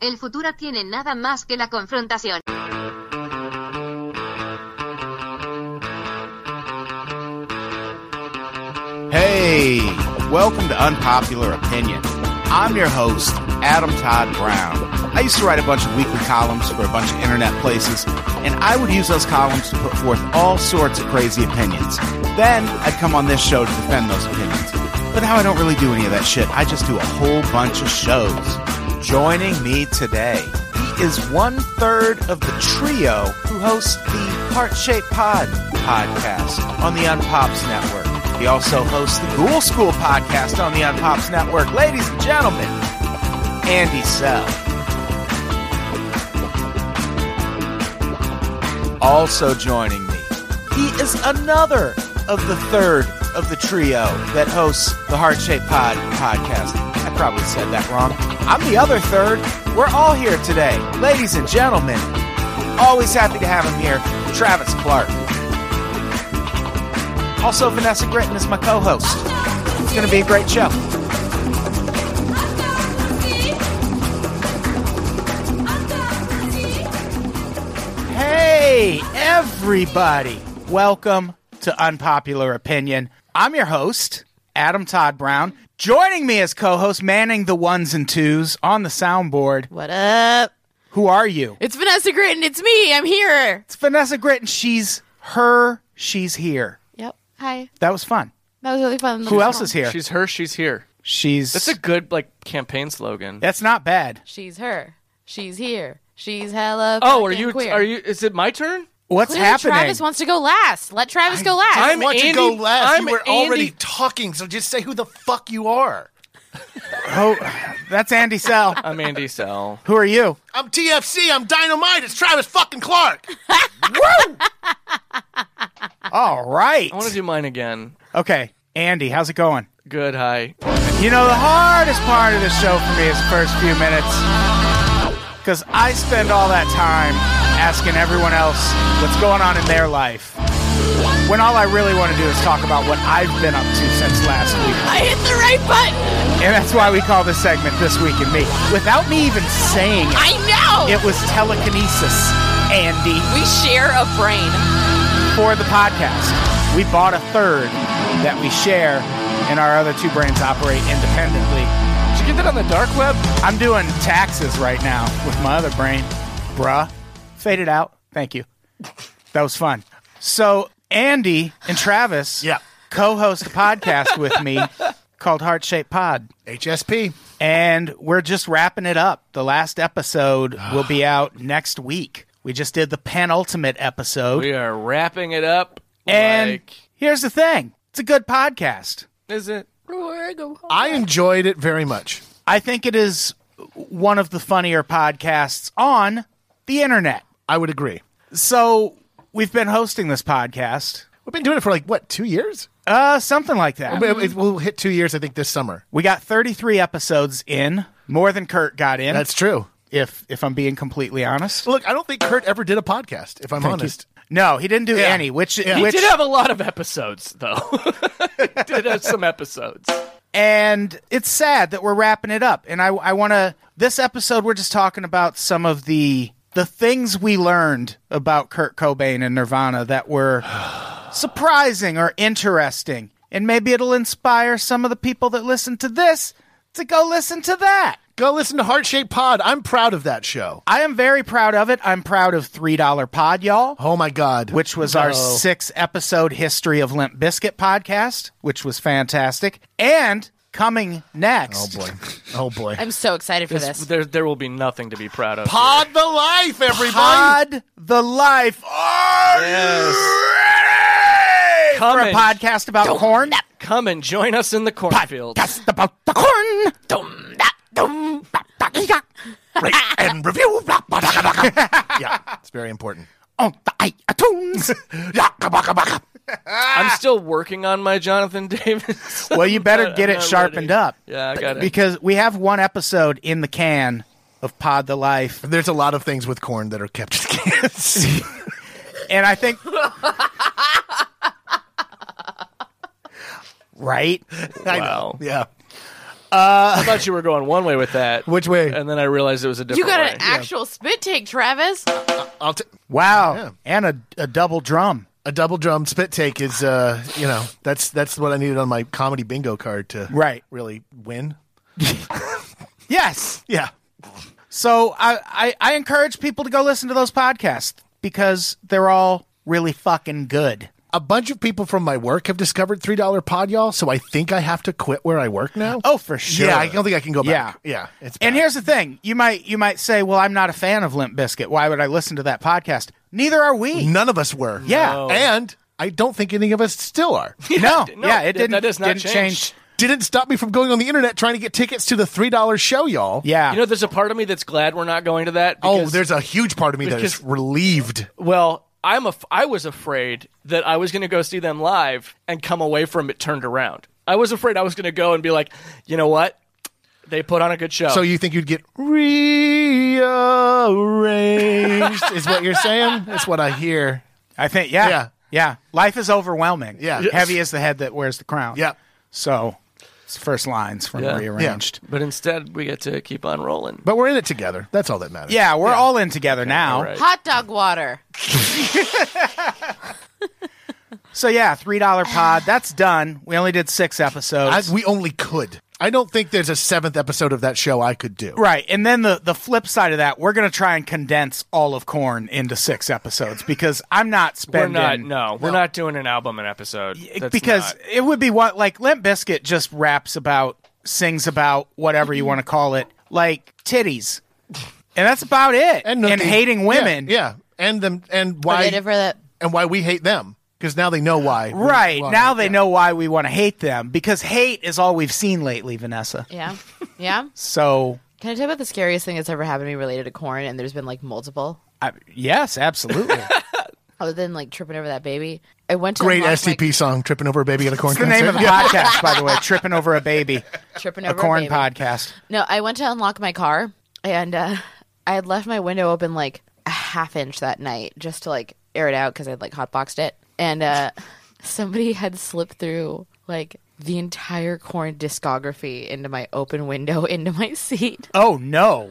El futuro tiene nada más que la confrontación. Hey, welcome to Unpopular Opinion. I'm your host, Adam Todd Brown. I used to write a bunch of weekly columns for a bunch of internet places, and I would use those columns to put forth all sorts of crazy opinions. Then I'd come on this show to defend those opinions. But now I don't really do any of that shit. I just do a whole bunch of shows. Joining me today, he is one third of the trio who hosts the Heart Shaped Pod podcast on the Unpops Network. He also hosts the Ghoul School podcast on the Unpops Network. Ladies and gentlemen, Andy Sell. Also joining me, he is another of the third of the trio that hosts the Heart Shaped Pod podcast. I probably said that wrong. I'm the other third. We're all here today. Ladies and gentlemen, always happy to have him here, Travis Clark. Also, Vanessa Gritton is my co host. It's going to be a great show. Hey, everybody. Welcome to Unpopular Opinion. I'm your host, Adam Todd Brown. Joining me as co host, manning the ones and twos on the soundboard. What up? Who are you? It's Vanessa Gritton. It's me. I'm here. It's Vanessa Gritton. She's her, she's here. Yep. Hi. That was fun. That was really fun. Who else is here? She's her, she's here. She's. That's a good like campaign slogan. That's not bad. She's her. She's here. She's hella. Oh, are fucking you Queer. are you is it my turn? What's Clearly happening? Travis wants to go last. Let Travis go last. I want Andy- to go last. I'm you were Andy- already talking, so just say who the fuck you are. oh, that's Andy Sell. I'm Andy Sell. Who are you? I'm TFC. I'm Dynamite. It's Travis fucking Clark. All right. I want to do mine again. Okay, Andy, how's it going? Good, hi. You know, the hardest part of this show for me is the first few minutes. Because I spend all that time asking everyone else what's going on in their life. When all I really want to do is talk about what I've been up to since last week. I hit the right button. And that's why we call this segment This Week in Me. Without me even saying it, I know. it was telekinesis, Andy. we share a brain. for the podcast. We bought a third that we share, and our other two brains operate independently. Did you get that on the dark web? I'm doing taxes right now with my other brain. Bruh. Fade it out. Thank you. That was fun. So, Andy and Travis Yeah. co host a podcast with me called Heart Shaped Pod. HSP. And we're just wrapping it up. The last episode will be out next week. We just did the penultimate episode. We are wrapping it up. And like, here's the thing it's a good podcast. is it? I enjoyed it very much. I think it is one of the funnier podcasts on the internet. I would agree. So we've been hosting this podcast, We've been doing it for like what two years? uh, something like that. It- it- We'll hit two years, I think, this summer. We got 33 episodes in, more than Kurt got in. That's true. if if I'm being completely honest. Look, I don't think Kurt ever did a podcast. If I'm honest, No, he didn't do Yeah. any. Which, Yeah. He We which did have a lot of episodes though. did have some episodes. and it's sad that we're wrapping it up. And I I want to this episode we're just talking about some of the the things we learned about Kurt Cobain and Nirvana that were surprising or interesting. And maybe it'll inspire some of the people that listen to this to go listen to that. go listen to Heart Shaped Pod. I'm proud of that show. I am very proud of it. I'm proud of $3 Pod, y'all, Oh my god, Oh. which was our No. six episode history of Limp Biscuit podcast, which was fantastic. And coming Oh next, boy, oh boy. I'm so excited for this. There there will be nothing to be proud of. Pod the life, everybody. Oh, Pod the Life. Are Yes. you ready Come for a and- podcast about corn? here. Come and join us in the cornfield. Podcast about the corn. Dum, da, dum, ba, ba, ee, ga. and and review. yeah, it's very important. on the Oh, iTunes. Yaka baka baka. I'm still working on my Jonathan Davis. well, you better I'm get it not sharpened ready. up. Yeah, I Th- got it. Because we have one episode in the can of Pod the Life, There's a lot of things with corn that are kept in cans. and I think. Right? I Wow. know. Yeah. I thought you were going one way with that. Which way? And then I realized it was a You different got way. an actual spit take, Travis. I'll t- Wow. Yeah. And a, a double drum. a double drum spit take is uh, you know, that's that's what I needed on my comedy bingo card to Right. really win. Yes. Yeah. So I, I, I encourage people to go listen to those podcasts because they're all really fucking good. A bunch of people from my work have discovered three dollar pod, y'all. So I think I have to quit where I work now. Oh, for sure. yeah, I don't think I can go back. Yeah. yeah. It's And bad. here's the thing: you might you might say, "Well, I'm not a fan of Limp Biscuit. Why would I listen to that podcast?" Neither are we. none of us were. Yeah. No. and I don't think any of us still are. No, No, yeah, it that didn't. does not didn't change. Didn't stop me from going on the internet trying to get tickets to the three dollar show, y'all. Yeah, You know, there's a part of me that's glad we're not going to that. Oh, because- there's a huge part of me that is because- relieved. Well, I'm a. I was afraid that I was going to go see them live and come away from it turned around. I was afraid I was going to go and be like, you know what? They put on a good Oh. show. So you think you'd get rearranged? is what you're saying? That's what I hear. I think. Yeah, Yeah. yeah, Life is overwhelming. Yeah. Yes. heavy is the head that wears the crown. Yeah. So, it's the first lines from Yeah. rearranged. but instead, we get to keep on rolling. But we're in it together. That's all that matters. Yeah, we're all in together now. right. Hot dog water. So yeah, three dollar pod. That's done. We only did six I, episodes. we only could. I don't think there's a seventh episode of that show I could do. Right, and then the the flip side of that, we're gonna try and condense all of Corn into six episodes because I'm not We're spending. not. No, we're not doing an album an episode. That's because not- it would be what like Limp Biscuit just raps about, sings about, whatever you want to call it, like titties, and that's about it. And, nookie. hating Yeah, women, Yeah, and them and Why? why for that. and why we hate them because now they know why. we- right why, now they yeah. know why we want to hate them because hate is all we've seen lately, Vanessa. Yeah. Yeah. So Can I tell you about the scariest thing that's ever happened to me related to corn? And there's been like multiple, I, yes, absolutely. other than like tripping over that baby. I went to Great unlock my- STP song, tripping over a baby at a corn It's the concert. name of the podcast, by the way. Tripping over a baby, tripping a over corn baby. podcast. No, I went to unlock my car and uh, I had left my window open like a half inch that night just to like air it out because I'd like hotboxed it. And uh, somebody had slipped through like the entire corn discography into my open window into my seat. Oh no.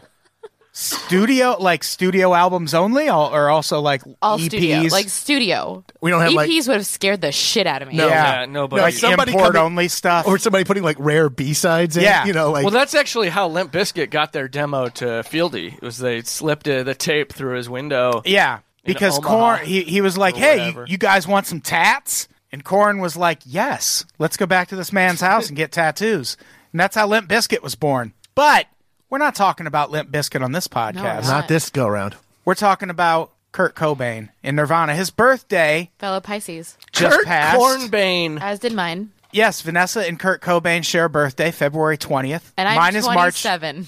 Studio like studio albums only, or or also like E All EPs, studio, like studio. E We don't have, EPs like- would have scared the shit out of me. No. yeah, Yeah, no, but like you- Somebody import coming- only stuff. or somebody putting like rare B sides in. Yeah. you know, like well, that's actually how Limp Bizkit got their demo to Fieldy. Was they slipped uh, the tape through his window? yeah, In because Omaha Corn he he was like, or hey, you, whatever. you guys want some tats? And Corn was like, yes, let's go back to this man's house and get tattoos. And that's how Limp Biscuit was born. But we're not talking about Limp Biscuit on this podcast. not. not this go around. We're talking about Kurt Cobain in Nirvana. His birthday Fellow Pisces, just Kurt passed. Cornbane. as did mine. Yes, Vanessa and Kurt Cobain share a birthday, February 20th. And I'm mine is March 27.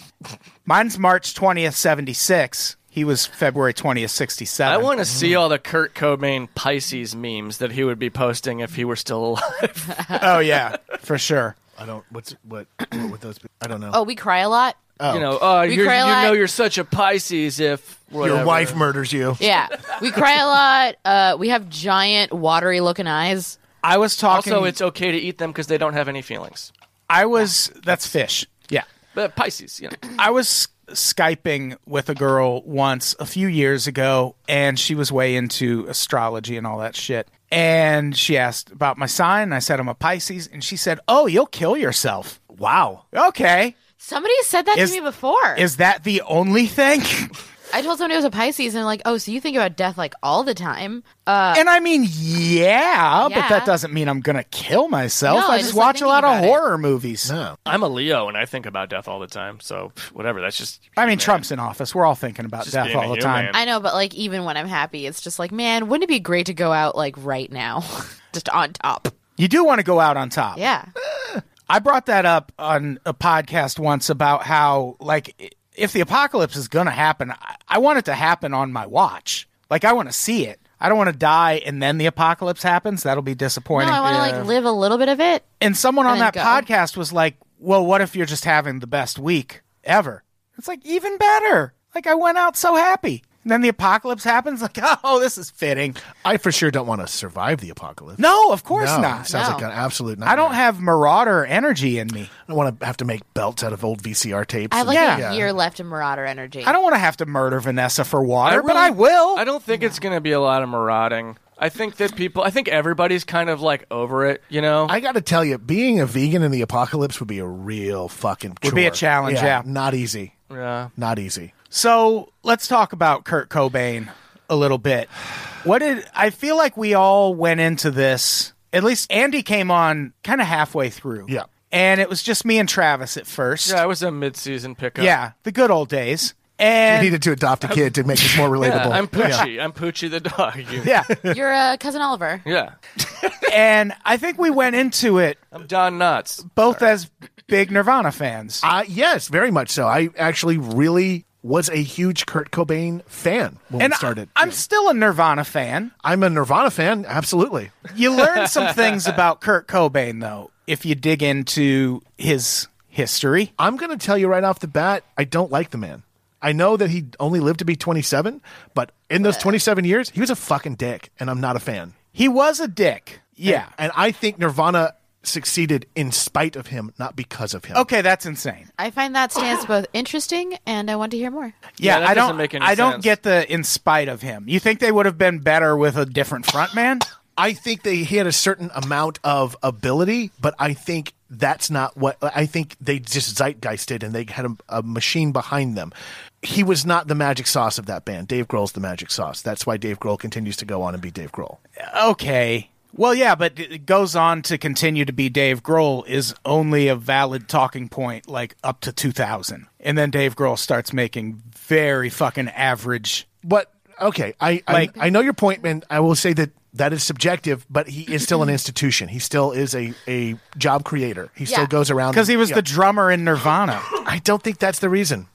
mine's March 20th, 76. He was February 20th, 67. I want to see all the Kurt Cobain Pisces memes that he would be posting if he were still alive. Oh yeah, for sure. I don't. What's what? What would those? Be? I don't know. Oh, we cry a lot. You know, oh, We you're, you cry a lot. know, you're such a Pisces if Your whatever. wife murders you. Yeah, we cry a lot. Uh, we have giant, watery looking eyes. I was talking. Also, it's okay to eat them because they don't have any feelings. I was. That's fish. Yeah. But Pisces, you know. I was skyping with a girl once a few years ago, and she was way into astrology and all that shit. And she asked about my sign, and I said I'm a Pisces, and she said, "Oh, you'll kill yourself." Wow. Okay, Somebody said that Is- to me before. is that the only thing? I told somebody it was a Pisces, and like, oh, so you think about death like all the time? Uh, and I mean, yeah, but Yeah. that doesn't mean I'm gonna kill myself. No, I I just, just like watch a lot thinking of about it. horror movies. No. I'm a Leo and I think about death all the time. So whatever. That's just. I mean, Trump's in office. We're all thinking about Just death being a all the human. time. I know, but like, even when I'm happy, it's just like, man, wouldn't it be great to go out like right now, just on top? You do want to go out on top. Yeah, I brought that up on a podcast once about how like i- if the apocalypse is going to happen, I, I want it to happen on my watch. Like I want to see it. I don't want to die and then the apocalypse happens. That'll be No, disappointing. I want to like live a little bit of it. and someone on and then that go. podcast was like, "Well, what if you're just having the best week ever?" It's like even better. Like I went out so happy. And then the apocalypse happens like, "Oh, this is fitting." I for sure don't want to survive the apocalypse. No, of course No, not. Sounds No. like an absolute nightmare. I don't have marauder energy in me. I don't want to have to make belts out of old VCR tapes. I have like Yeah. a year left in Marauder energy. I don't want to have to murder Vanessa for water, but really- I will. I don't think it's going to be a lot of marauding. I think that people, I think everybody's kind of like over it, you know? I got to tell you, being a vegan in the apocalypse would be a real fucking Would be a chore. challenge, yeah. Not easy. yeah. Not easy. So let's talk about Kurt Cobain a little bit. What did I feel like we all went into this? At least Andy came on kind of halfway through. Yeah. And it was just me and Travis at first. Yeah, it was a mid season pickup. Yeah, the good old days. And We needed to adopt a kid to make this more Yeah, relatable. I'm Poochie. I'm Poochie the dog. You- yeah, You're uh, cousin Oliver. Yeah. and I think we went into it I'm Don Knotts. both as big Nirvana fans. Uh, yes, very much so. I actually really was a huge Kurt Cobain fan when and we started. I, am still a Nirvana fan. I'm a Nirvana fan, absolutely. You learn some things about Kurt Cobain though if you dig into his history. I'm going to tell you right off the bat, I don't like the man. I know that he only lived to be 27, but in those 27 years, he was a fucking dick, and I'm not a fan. He was a dick. Yeah. And I think Nirvana succeeded in spite of him, not because of him. okay, that's insane. I find that stance both interesting and I want to hear more. Yeah, Yeah, that I don't doesn't make any I don't sense. get the in spite of him. You think they would have been better with a different front man? I think they he had a certain amount of ability, but I think that's not what I think they just zeitgeisted and they had a, a machine behind them. He was not the magic sauce of that band. Dave Grohl's the magic sauce. That's why Dave Grohl continues to go on and be Dave Grohl. Okay. Well, yeah, but it goes on to continue to be Dave Grohl is only a valid talking point like up to 2000. And then Dave Grohl starts making very fucking average. But okay, I Like- I, I know your point, and I will say that that is subjective. But he is still an institution. He still is a a job creator. He still Yeah. goes around Because he was yeah. the drummer in Nirvana. I don't think that's the reason.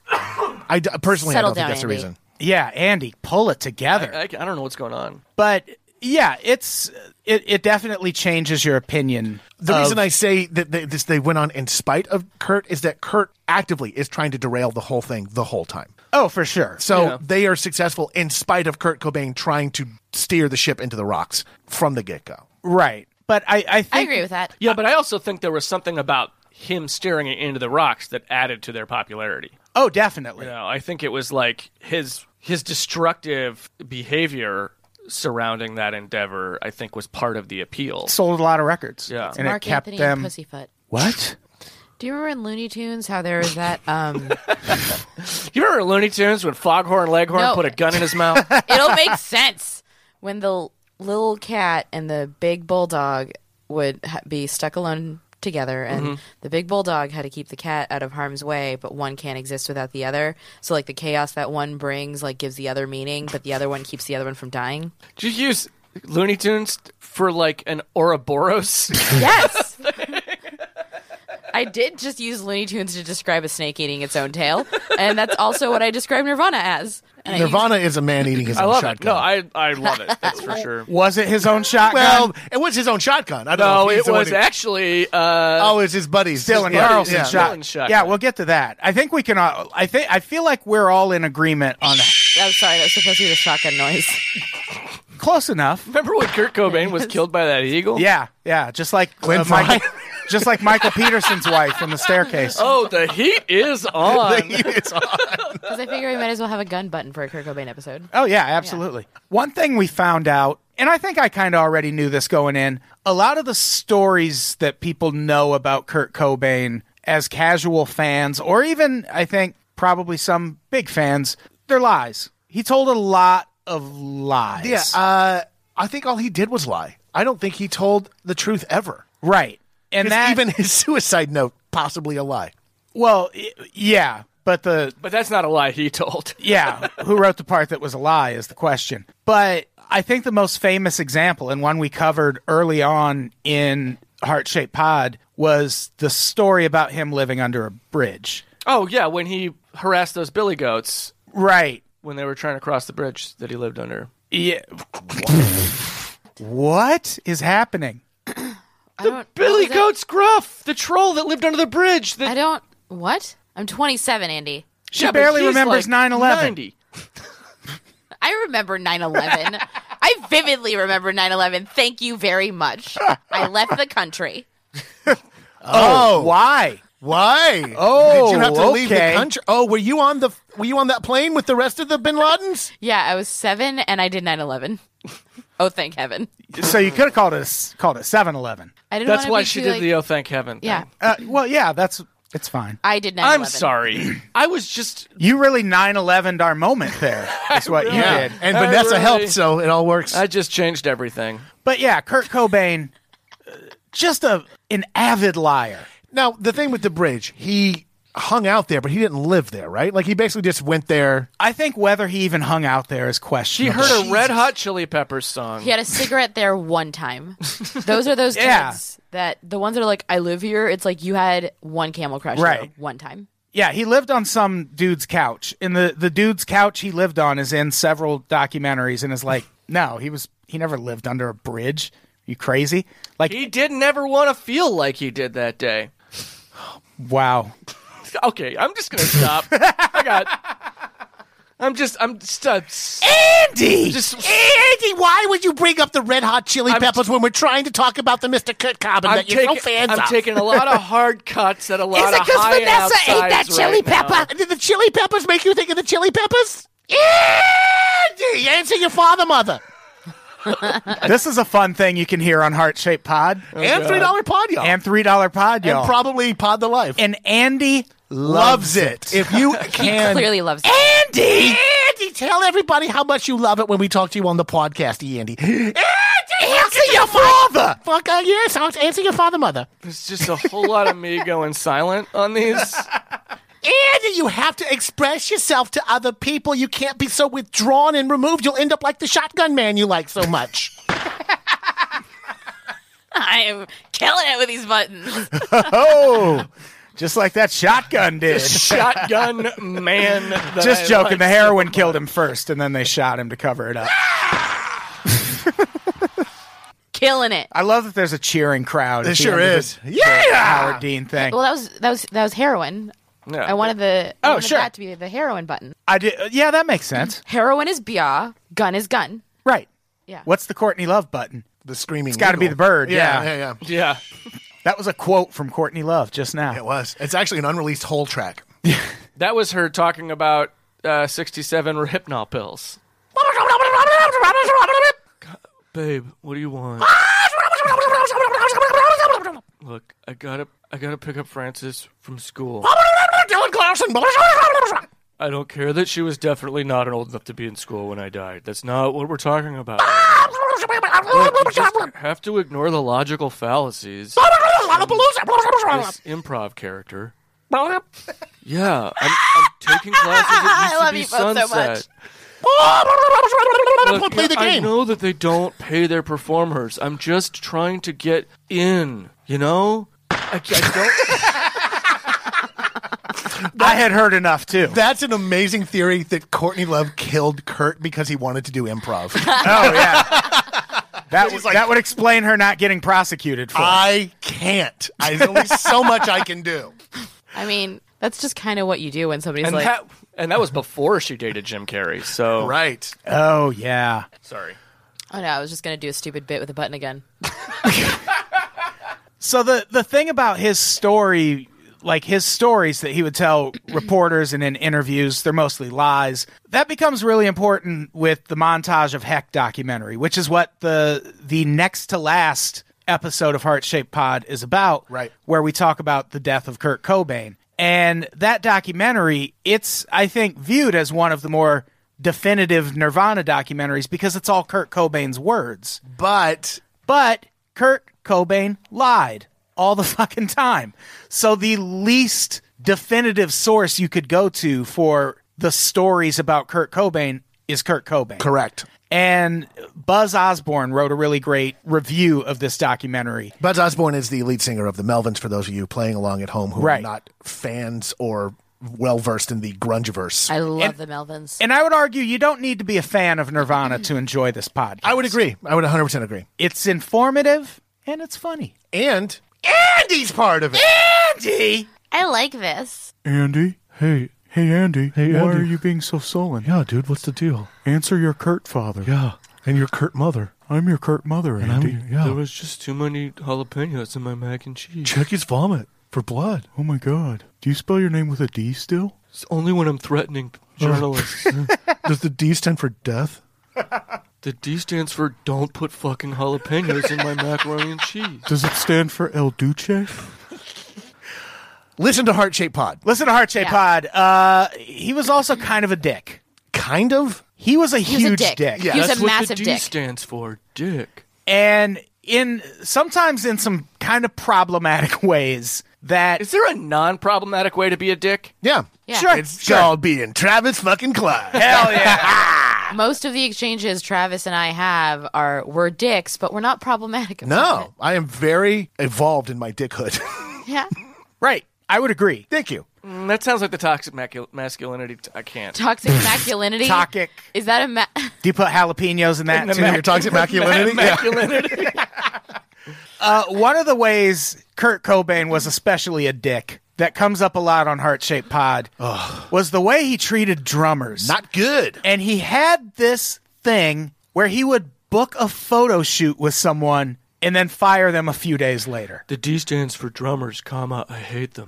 I d- personally, Settle I down, don't think that's Andy. the reason. yeah, Andy, pull it together. I, I don't know what's going on. but yeah, it's it, it definitely changes your opinion. The of- reason I say that they, this, they went on in spite of Kurt is that Kurt actively is trying to derail the whole thing the whole time. Oh, for sure. So they are successful in spite of Kurt Cobain trying to steer the ship into the rocks from the get go. Right. But I I think I agree with that. Yeah, but I also think there was something about him steering it into the rocks that added to their popularity. Oh, definitely. You know, I think it was like his his destructive behavior surrounding that endeavor. I think was part of the appeal. Sold a lot of records. Yeah. And Mark it kept Anthony them and Pussyfoot. What? Do you remember in Looney Tunes how there was that? Um, You remember Looney Tunes when Foghorn Leghorn No. put a gun in his mouth? it'll make sense when the little cat and the big bulldog would ha- be stuck alone together, and the big bulldog had to keep the cat out of harm's way, but one can't exist without the other. So like the chaos that one brings like gives the other meaning, but the other one keeps the other one from dying. Did you use Looney Tunes for like an Ouroboros? Yes. I did just use Looney Tunes to describe a snake eating its own tail, and that's also what I describe Nirvana as. Uh, And I used- Nirvana is a man eating his I own love it. shotgun. No, I I love it. That's for sure. Was it his own shotgun? well, it was his own shotgun. I don't know. No, if he's it the one was who- actually uh, Oh, it's his buddies. Dylan His buddies, Carlson yeah. shot. Dylan shotgun. Yeah, we'll get to that. I think we can. All, I think I feel like we're all in agreement on I'm sorry, that was supposed to be the shotgun noise. close enough. Remember when Kurt Cobain was killed by that eagle? Yeah, yeah. Just like uh, Glenn Michael, Fry. just like Michael Peterson's wife in the staircase. Oh, the heat is on. It's on. Because I figure we might as well have a gun button for a Kurt Cobain episode. Oh yeah, absolutely. One thing we found out, and I think I kind of already knew this going in, a lot of the stories that people know about Kurt Cobain as casual fans or even I think probably some big fans, they're lies. He told a lot of lies. Yeah, uh, I think all he did was lie. I don't think he told the truth ever. right. And 'Cause that even his suicide note, possibly a lie. well, i- yeah, but the But that's not a lie he told. yeah, who wrote the part that was a lie is the question. But I think the most famous example and one we covered early on in Heart Shaped Pod was the story about him living under a bridge. Oh yeah, when he harassed those billy goats Right. when they were trying to cross the bridge that he lived under. Yeah. What is happening? I don't, Billy what was it? Goat's Gruff, the troll that lived under the bridge. That I don't. What? I'm 27, Andy. She barely remembers 9/11. 90. I remember 9 11. I vividly remember 9 11. Thank you very much. I left the country. Oh, why? Why? Oh, did you have to leave the okay. country? Oh, were you on the were you on that plane with the rest of the Bin Ladens? Yeah, I was seven and I did 9 11. Oh, thank heaven. So you could have called us called it 7-Eleven. I didn't That's wanna why be she too, did like- the oh thank heaven. Thing. Yeah, Uh, well, yeah, that's it's fine. I did 9 I'm sorry. I was just You really 9-11'd our moment there. That's what you really- did. And I Vanessa really- helped, so it all works. I just changed everything. But yeah, Kurt Cobain, uh, just a an avid liar. now the thing with the bridge, he hung out there, but he didn't live there, right? Like he basically just went there. I think whether he even hung out there is He questionable. heard a Red Hot Chili Peppers song. He had a cigarette there one time. Those are those Yeah. kids that the ones that are like, I live here. It's like you had one camel crush there Right. one time. Yeah, he lived on some dude's couch, and the the dude's couch he lived on is in several documentaries, and is like, no, he was he never lived under a bridge. You crazy? Like, He didn't ever want to feel like he did that day. wow. Okay, I'm just gonna stop. I got. I'm just. I'm just. Uh, s- Andy, Just- Andy, why would you bring up the Red Hot Chili Peppers when we're trying to talk about the Mr. Kurt Cobain I'm, that you're taking, so fans I'm of? taking a lot of hard cuts at a lot Is it of because high Vanessa ate that outsides chili right now. pepper? Did the chili peppers make you think of the chili peppers? Andy, answer your father, mother. this is a fun thing you can hear on Heart Shape Pod and three dollar pod, y'all. and three dollar pod, Oh. And y'all. And, probably pod the life. Andy loves it. If you can, Clearly loves it. Andy, Andy, tell everybody how much you love it when we talk to you on the podcast, Andy. Andy, answer your father. Fuck uh, yes, I'll answer your father, mother. There's just a whole lot of me going silent on these. Andy, you have to express yourself to other people. You can't be so withdrawn and removed. You'll end up like the shotgun man you like so much. I am killing it with these buttons. Oh, just like that shotgun did. shotgun man. that Just I joking. The like. heroin killed him first, and then they shot him to cover it up. killing it. I love that there's a cheering crowd. There sure is. Yeah, Howard Dean thing. Well, that was that was that was heroin. No. I wanted the I Oh, wanted sure. that to be the heroin button. I did. Yeah, that makes Mm-hmm. sense. Heroin is bia, gun is gun. Right. Yeah. What's the Courtney Love button? The screaming. It's gotta be the bird, yeah. yeah, yeah. Yeah. That was a quote from Courtney Love just now. It was. It's actually an unreleased whole track. That was her talking about uh, 67 Rohypnol pills. Babe, what do you want? Look, I gotta, I gotta pick up Frances from school. I don't care that she was definitely not old enough to be in school when I died. That's not what we're talking about. Look, you just have to ignore the logical fallacies. This improv character. Yeah, I'm, I'm taking classes at I love UCB you both so Sunset. much. Look, Play the I game. know that they don't pay their performers. I'm just trying to get in, you know? I, I I had heard enough too. That's an amazing theory that Courtney Love killed Kurt because he wanted to do improv. oh yeah. That was that would explain her not getting prosecuted for. it. I can't. I, there's only so much I can do. I mean, that's just kind of what you do when somebody's don't. and, like, that, and that was before she dated Jim Carrey, so. Right. oh yeah. Sorry. "Oh no, I was just gonna do a stupid bit with a button again." So the the thing about his story, like his stories that he would tell reporters and in interviews, they're mostly lies. That becomes really important with the montage of Heck documentary, which is what the the next to last episode of Heart Shaped Pod is about. Right. Where we talk about the death of Kurt Cobain. And that documentary, it's I think viewed as one of the more definitive Nirvana documentaries because it's all Kurt Cobain's words. But But Kurt Cobain lied all the fucking time. So the least definitive source you could go to for the stories about Kurt Cobain is Kurt Cobain. correct. And Buzz Osborne wrote a really great review of this documentary. Buzz Osborne is the lead singer of the Melvins. For those of you playing along at home who are Right. not fans or well versed in the grunge verse. I love the Melvins. And I would argue you don't need to be a fan of Nirvana to enjoy this podcast. I would agree. I would 100% agree. It's informative and it's funny. And Andy's part of it. Andy! I like this. Andy? Hey, hey, Andy. Hey, why Andy. are you being so sullen? Yeah, dude, what's the deal? Answer your curt father. Yeah, and your Kurt mother. I'm your curt mother, Andy. There was just too many jalapenos in my mac and cheese. Check his vomit for blood. Oh my god. Do you spell your name with a D still? It's only when I'm threatening journalists. Does the D stand for death? the D stands for don't put fucking jalapenos in my macaroni and cheese. Does it stand for El Duce? Listen to Heart Shape Pod. Listen to Heart Shape Yeah. Pod. Uh, he was also kind of a dick. Kind of. He was a He was huge a dick. dick. he was That's a what massive the D dick. stands for, dick. And in sometimes in some kind of problematic ways that Is there a non-problematic way to be a dick? Yeah. Yeah. Sure. It's called being Travis fucking Clyde. Hell yeah. Most of the exchanges Travis and I have are we're dicks, but we're not problematic. about no, I am very evolved in my dickhood. it. Yeah. right. I would agree. Thank you. Mm, that sounds like the toxic macu- masculinity. T- I can't. Toxic masculinity. Toxic. Is that a ma- Do you put jalapenos in that To too? your toxic masculinity. Yeah. Uh, one of the ways Kurt Cobain was especially a dick that comes up a lot on Heart Shape Pod was the way he treated drummers. Not good. and he had this thing where he would book a photo shoot with someone and then fire them a few days later. The D stands for drummers, comma, I hate them.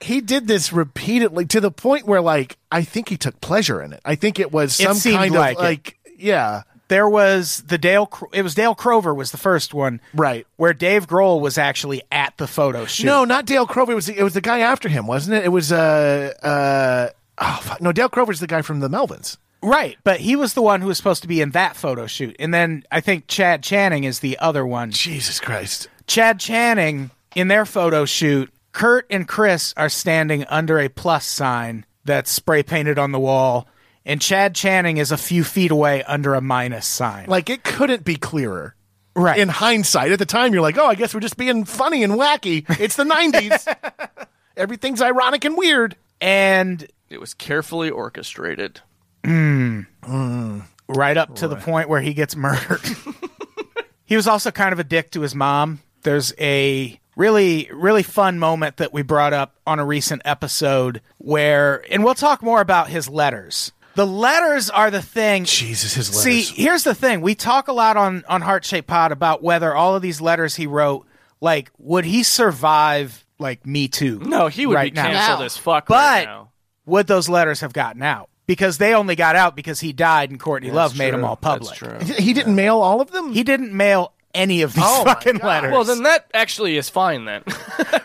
he did this repeatedly to the point where like I think he took pleasure in it. I think it was It some seemed kind like it. of like yeah. There was the Dale. Cro- It was Dale Crover was the first one, Right. Where Dave Grohl was actually at the photo shoot. No, not Dale Crover. It was the, it was the guy after him, wasn't it? It was uh uh oh, fuck. no Dale Crover's the guy from the Melvins. right. But he was the one who was supposed to be in that photo shoot, and then I think Chad Channing is the other one. Jesus Christ. Chad Channing in their photo shoot, Kurt and Chris are standing under a plus sign that's spray painted on the wall, and Chad Channing is a few feet away under a minus sign. Like it couldn't be clearer. Right. In hindsight, at the time you're like, "Oh, I guess we're just being funny and wacky. It's the 90s. Everything's ironic and weird." and it was carefully orchestrated. Mm. right up to the point where he gets murdered. he was also kind of a dick to his mom. There's a really, really fun moment that we brought up on a recent episode where, and we'll talk more about his letters. The letters are the thing. Jesus, his See, letters. here's the thing. We talk a lot on on Heart Shape Pod about whether all of these letters he wrote, like, would he survive like Me Too? No, he would right be now. canceled No. as fuck But right now. Would those letters have gotten out? Because they only got out because he died and Courtney Love made them all public. That's true. he didn't mail all of them? He didn't mail any of these fucking letters. Oh Well, then that actually is fine then.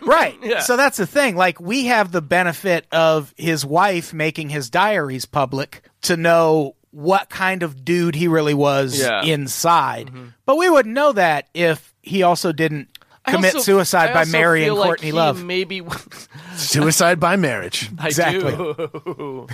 right. So that's the thing. Like, we have the benefit of his wife making his diaries public to know what kind of dude he really was Yeah. Mm-hmm. inside. But we wouldn't know that if he also didn't commit I also- suicide I by also marrying feel like Courtney he Love. Maybe Suicide by marriage. I Exactly. do.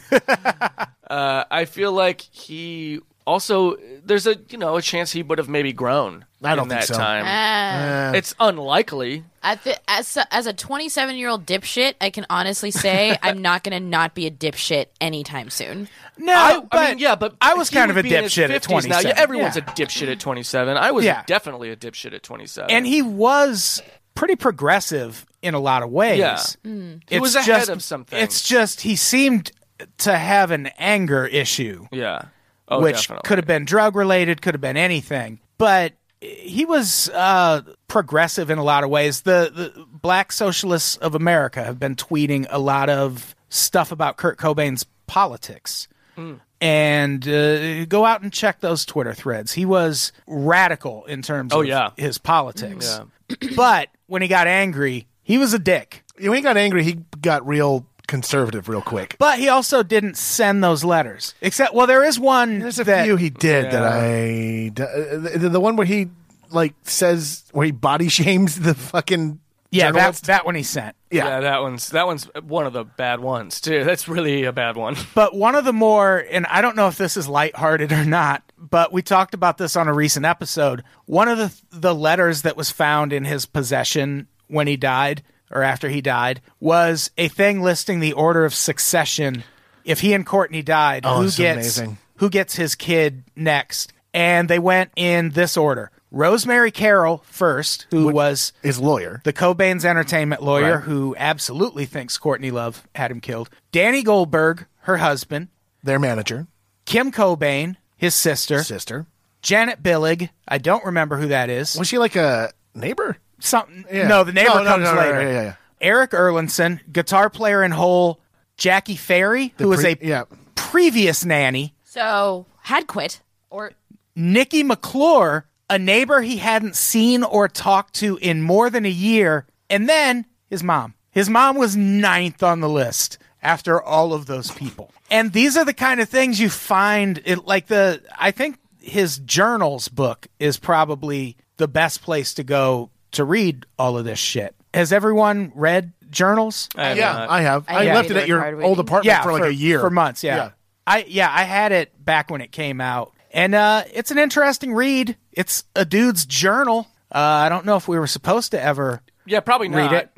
uh, I feel like he also there's a you know a chance he would have maybe grown. I don't in think that so. time. Ah. It's unlikely. I thi- as a, as a 27 year old dipshit, I can honestly say I'm not going to not be a dipshit anytime soon. no, I, but I mean, yeah, but I was he kind of would a be in his dipshit at 50s 27. now. Yeah, everyone's Yeah. a dipshit at 27. I was Yeah. definitely a dipshit at 27. And he was pretty progressive in a lot of ways. Mm. Yeah. He It's was ahead just- of some It's things. just he seemed to have an anger issue. yeah, oh, which definitely. could have been drug related, could have been anything. But he was uh, progressive in a lot of ways. The, the Black Socialists of America have been tweeting a lot of stuff about Kurt Cobain's politics. Hmm. And uh, go out and check those Twitter threads. He was radical in terms Oh, of yeah. his politics. but when he got angry, he was a dick. when he got angry, he got real conservative real quick. But he also didn't send those letters. Except, well, there is one. There's a that, few he did that I uh, the, the one where he like says where he body shames the fucking Yeah, that, journalist. that one he sent. Yeah. that one's that one's one of the bad ones too. That's really a bad one. But one of the more, and I don't know if this is lighthearted or not, but we talked about this on a recent episode. One of the the letters that was found in his possession when he died or after he died, was a thing listing the order of succession. If he and Courtney died, Oh, who that's gets amazing. who gets his kid next? And they went in this order: Rosemary Carroll first, who was His lawyer. the Cobain's entertainment lawyer Right. who absolutely thinks Courtney Love had him killed. Danny Goldberg, her husband. Their manager. Kim Cobain, his sister. Sister. Janet Billig. I don't remember who that is. Was she like a neighbor? Something. Yeah. No, the neighbor No, no, comes no, no, later. yeah, yeah, yeah. Eric Erlinson, guitar player in Hole. Jackie Ferry, who was pre- a yeah. previous nanny. So had quit or Nikki McClure, a neighbor he hadn't seen or talked to in more than a year, and then his mom. His mom was ninth on the list after all of those people. And these are the kind of things you find it like the I think his journals book is probably the best place to go to read all of this shit. Has everyone read journals? I yeah, don't know. I have. I, I left it read at it your hard old reading. apartment for like a year. for months. Yeah. Yeah. I yeah I had it back when it came out, and uh, it's an interesting read. It's a dude's journal. Uh, I don't know if we were supposed to ever. yeah, probably not. Read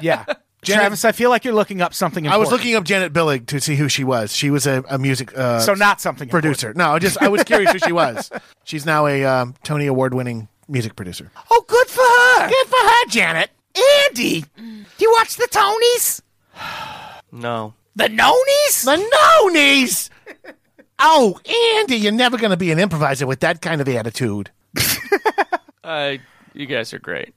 Yeah, Travis, I feel like you're looking up something. I Important. was looking up Janet Billig to see who she was. She was a, a music uh, so not something producer. No, I just I was curious who she was. She's now a um, Tony Award winning music producer. important. Oh, good for her. Good for her, Janet. Andy, do you watch the Tonys? No. The Nonies? The Nonies. Oh, Andy, you're never going to be an improviser with that kind of attitude. I. Uh, You guys are great.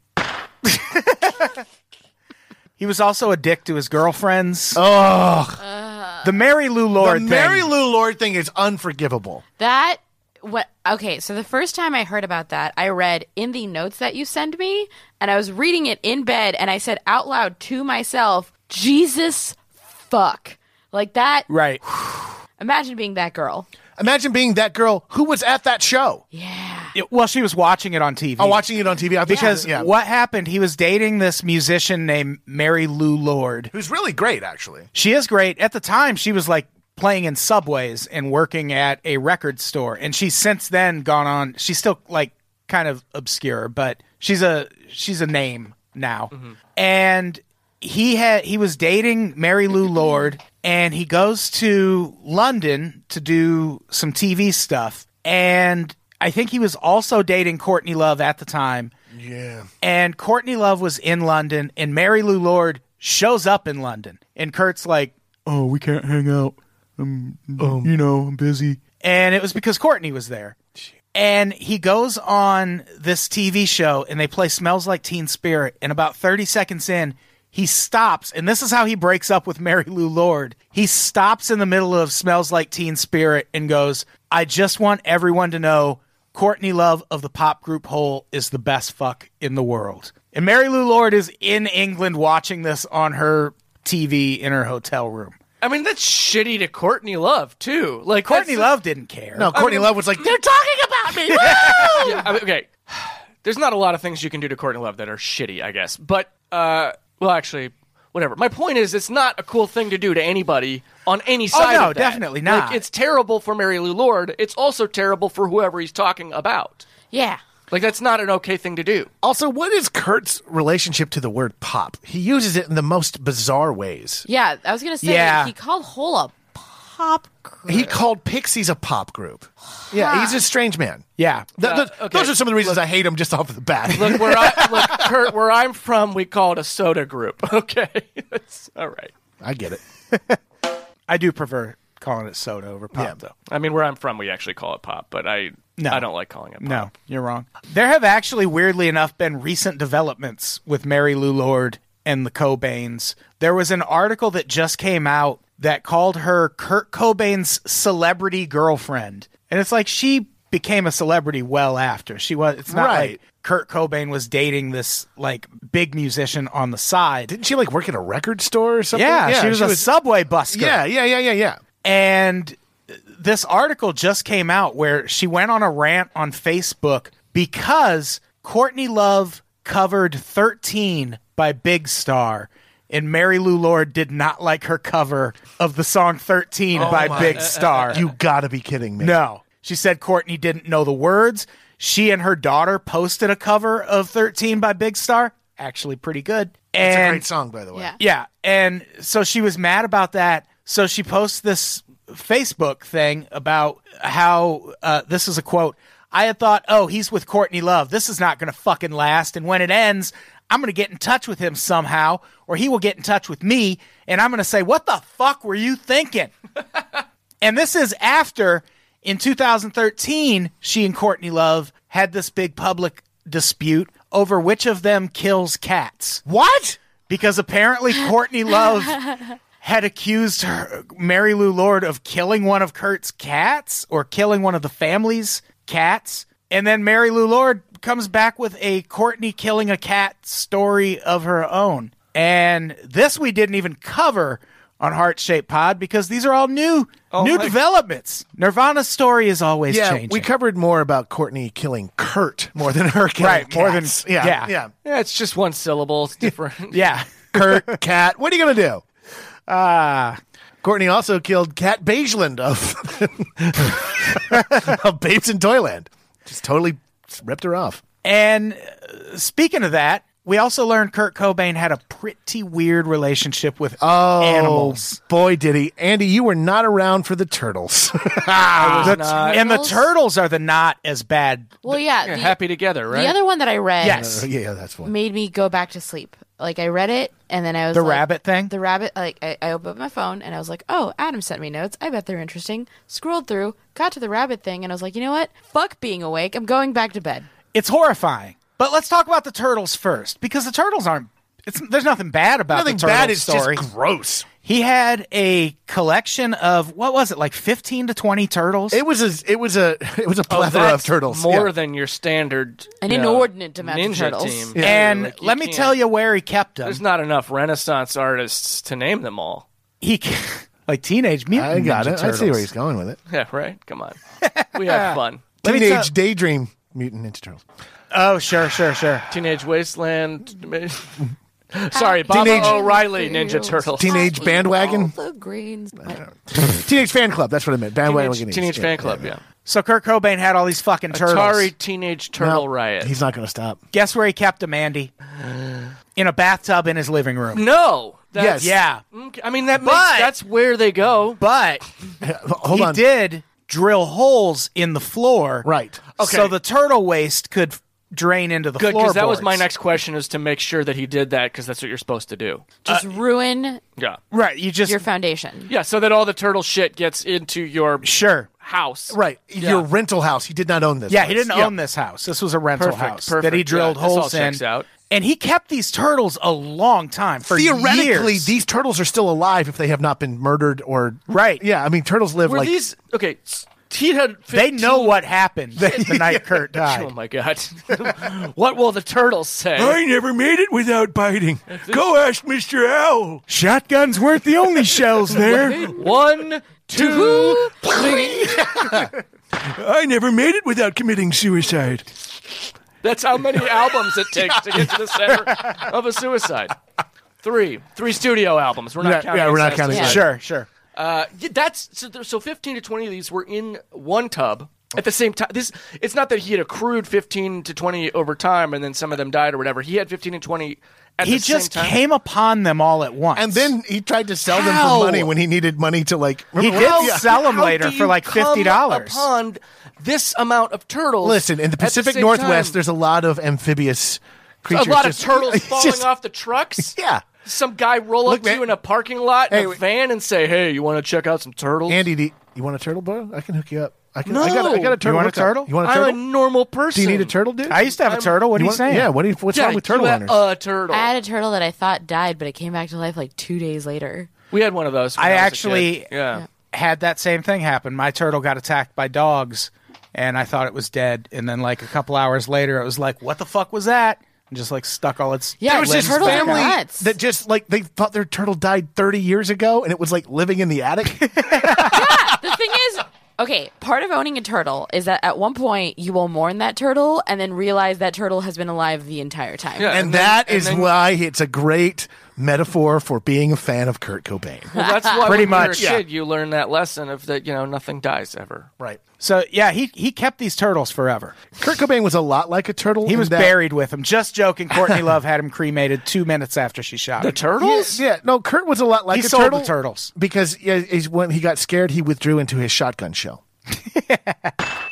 He was also a dick to his girlfriends. Oh, the Mary Lou Lord the Mary thing. Lou Lord thing is unforgivable. that what okay, so the first time I heard about that, I read in the notes that you send me and I was reading it in bed and I said out loud to myself, Jesus fuck. Like that right. imagine being that girl. Imagine being that girl who was at that show. It- well, she was watching it on TV. Oh, watching it on TV I think- Because yeah, what happened, he was dating this musician named Mary Lou Lord. who's really great actually. She is great. At the time, she was like playing in subways and working at a record store. And she's since then gone on. She's still like kind of obscure, but she's a she's a name now. Mm-hmm. And he had he was dating Mary Lou Lord and he goes to London to do some TV stuff. And I think he was also dating Courtney Love at the time and Courtney Love was in London, and Mary Lou Lord shows up in London, and Kurt's like, Oh, we can't hang out. I'm, Um. you know, I'm busy. and it was because Courtney was there. And he goes on this TV show, and they play "Smells Like Teen Spirit," and about thirty seconds in. He stops, and this is how he breaks up with Mary Lou Lord. He stops in the middle of Smells Like Teen Spirit and goes, I just want everyone to know Courtney Love of the pop group Hole is the best fuck in the world. And Mary Lou Lord is in England watching this on her TV in her hotel room. I mean, that's shitty to Courtney Love too. Like that's Courtney the- Love didn't care. No, Courtney Love was like, "They're talking about me." Yeah, I mean, okay. There's not a lot of things you can do to Courtney Love that are shitty, I guess. But uh, well, actually, whatever. My point is, it's not a cool thing to do to anybody on any side. Oh, no, of that. definitely Like, not. it's terrible for Mary Lou Lord. It's also terrible for whoever he's talking about. Yeah. Like that's not an okay thing to do. Also, what is Kurt's relationship to the word pop? He uses it in the most bizarre ways. Yeah, I was gonna say Yeah. he called Hole a pop crew. He called Pixies a pop group. Yeah, he's a strange man. Yeah. Th- th- okay. Those are some of the reasons I hate him just off the bat. Look where I look, Kurt, where I'm from, we call it a soda group. Okay, that's all right. I get it. I do prefer calling it soda over pop, though. I mean, where I'm from, we actually call it pop, but I No. I don't like calling it pop. No, you're wrong. There have actually, weirdly enough, been recent developments with Mary Lou Lord and the Cobains. There was an article that just came out that called her Kurt Cobain's celebrity girlfriend, and it's like she became a celebrity well after she was. It's not Right. like Kurt Cobain was dating this like big musician on the side. Didn't she like work at a record store or something? Yeah, she was a subway busker. yeah, yeah, yeah, yeah, yeah. And this article just came out where she went on a rant on Facebook because Courtney Love covered 13 by Big Star. And Mary Lou Lord did not like her cover of the song 13 by Oh my- Big Star. You gotta be kidding me. No. She said Courtney didn't know the words. She and her daughter posted a cover of 13 by Big Star. actually pretty good. It's a And great song, by the way. Yeah. yeah, and so she was mad about that. So she posts this Facebook thing about how uh, this is a quote. I had thought, oh, he's with Courtney Love. This is not going to fucking last. And when it ends, I'm going to get in touch with him somehow, or he will get in touch with me, and I'm going to say, what the fuck were you thinking? And this is after in 2013, she and Courtney Love had this big public dispute over which of them kills cats. What? Because apparently Courtney Love had accused her, Mary Lou Lord of killing one of Kurt's cats or killing one of the family's cats. And then Mary Lou Lord comes back with a Courtney killing a cat story of her own. And this we didn't even cover on Heart Shaped Pod because these are all new new developments. Nirvana's story is always Oh Yeah, changing. we covered more about Courtney killing Kurt more than her killing Right, more than- cats. yeah, yeah. yeah. Yeah, it's just one syllable. It's different. yeah. Kurt Cat. What are you gonna do? Ah. Courtney also killed Cat Bageland of of Babes in Toyland. Just totally ripped her off. And uh, speaking of that, we also learned Kurt Cobain had a pretty weird relationship with Oh. animals. Boy, did he! Andy, you were not around for the turtles. The- not- and the Turtles? turtles are the not as bad. Well, yeah. You're the- happy together, right? The other one that I read Yes. yeah, that's one. made me go back to sleep. Like I read it and then I was The like- rabbit thing? The rabbit like I, I opened up my phone and I was like, Oh, Adam sent me notes. I bet they're interesting. Scrolled through, got to the rabbit thing, and I was like, you know what? Fuck being awake. I'm going back to bed. It's horrifying. But let's talk about the turtles first because the turtles aren't. It's, there's nothing bad about Nothing the turtles bad. It's story. just gross. he had a collection of what was it, like fifteen to twenty turtles? It was a. It was a. It was a Oh, plethora of that's turtles. More Yeah. than your standard. An you know, inordinate amount of ninja turtles. Team. and Like, let me can't- tell you where he kept them. There's not enough Renaissance artists to name them all. he like teenage mutant. I got Ninja it. I see where Turtles. he's going with it. Yeah, right? Come on. We have fun. me Teenage tell- daydream mutant ninja turtles. Oh sure, sure, sure. Teenage Wasteland. Sorry, Bob Teenage- O'Reilly Ninja Turtles. Teenage bandwagon. All the greens. Teenage fan club. That's what I meant. Bandwagon. Teenage, Teenage Fan Club, yeah. So Kurt Cobain had all these fucking turtles. Atari Teenage Turtle Riot. He's not going to stop. Guess where he kept them, Andy? In a bathtub in his living room. No. That's, Yes. Yeah, Okay, I mean, that makes, But- that's where they go. but Hold he on. did drill holes in the floor, Right. Okay. So the turtle waste could f- drain into the Good, floor. because that was my next question is to make sure that he did that because that's what you're supposed to do. Uh, Just ruin Yeah. Right, you just your foundation. Yeah, so that all the turtle shit gets into your sure. house. Right. Your rental house. He did not own this. Yeah, place. he didn't own this house. This was a rental Perfect, house that perfect. he Yeah, drilled this all holes in. checks out. And he kept these turtles a long time for Theoretically, years. these turtles are still alive if they have not been murdered or. Right. Yeah. I mean, turtles live Were like. these. Okay. s- He had. 15, they know what happened the night Kurt Oh, died. my God. what will the turtles say? never made it without biting. Go ask Mr. Owl. Shotguns weren't the only shells there. One, two, three. I never made it without committing suicide. That's how many albums it takes to get to the center of a suicide. Three, three studio albums. We're not Yeah, counting. yeah, we're not Incesticide. counting Yeah. Sure, sure. Uh, yeah, that's so. There, so fifteen to twenty of these were in one tub at the same time. This it's not that he had accrued fifteen to twenty over time, and then some of them died or whatever. He had fifteen and twenty. At He the just same time. came upon them all at once. and then he tried to sell them How? for money when he needed money to like. he Remember- did Well, How- sell them how later do for you like fifty dollars. come Upon this amount of turtles. Listen, in the at Pacific same Northwest, time? there's a lot of amphibious creatures. a lot just- of turtles it's falling just- off the trucks. Yeah. Some guy roll up Look, to man- you in a parking lot Hey, in a wait. van and say, "Hey, you want to check out some turtles?" Andy, do you, you want a turtle, bro? I can hook you up. I can. I got, a- No. I got a You turtle. want a hookup. turtle? You want a I'm turtle? a normal person. do you need a turtle, dude? I used to have a turtle. What are You you want- saying? Yeah. What? do you- What's Yeah, wrong with you turtle had owners? A turtle. I had a turtle that I thought died, but it came back to life like two days later. we had one of those. when I was a actually- kid. yeah. Had that same thing happen. My turtle got attacked by dogs, and I thought it was dead. And then like a couple hours later, it was like, "What the fuck was that?" And just like stuck all its Yeah, there was this limbs back. family Nuts. that just like they thought their turtle died 30 years ago and it was like living in the attic. the thing is okay part of owning a turtle is that at one point you will mourn that turtle and then realize that turtle has been alive the entire time Yeah. and, then- that and is then- why it's a great metaphor for being a fan of Kurt Cobain. Well, that's why Pretty when you're a much. kid, you learn that lesson of that you know nothing dies ever. right. So yeah, he he kept these turtles forever. Kurt Cobain was a lot like a turtle. He in was that- buried with them. Just joking. Courtney Love had him cremated two minutes after she shot him. The turtles? Yeah, yeah, no, Kurt was a lot like He a sold the turtle. turtles. because yeah, he's, when he got scared, he withdrew into his shotgun shell.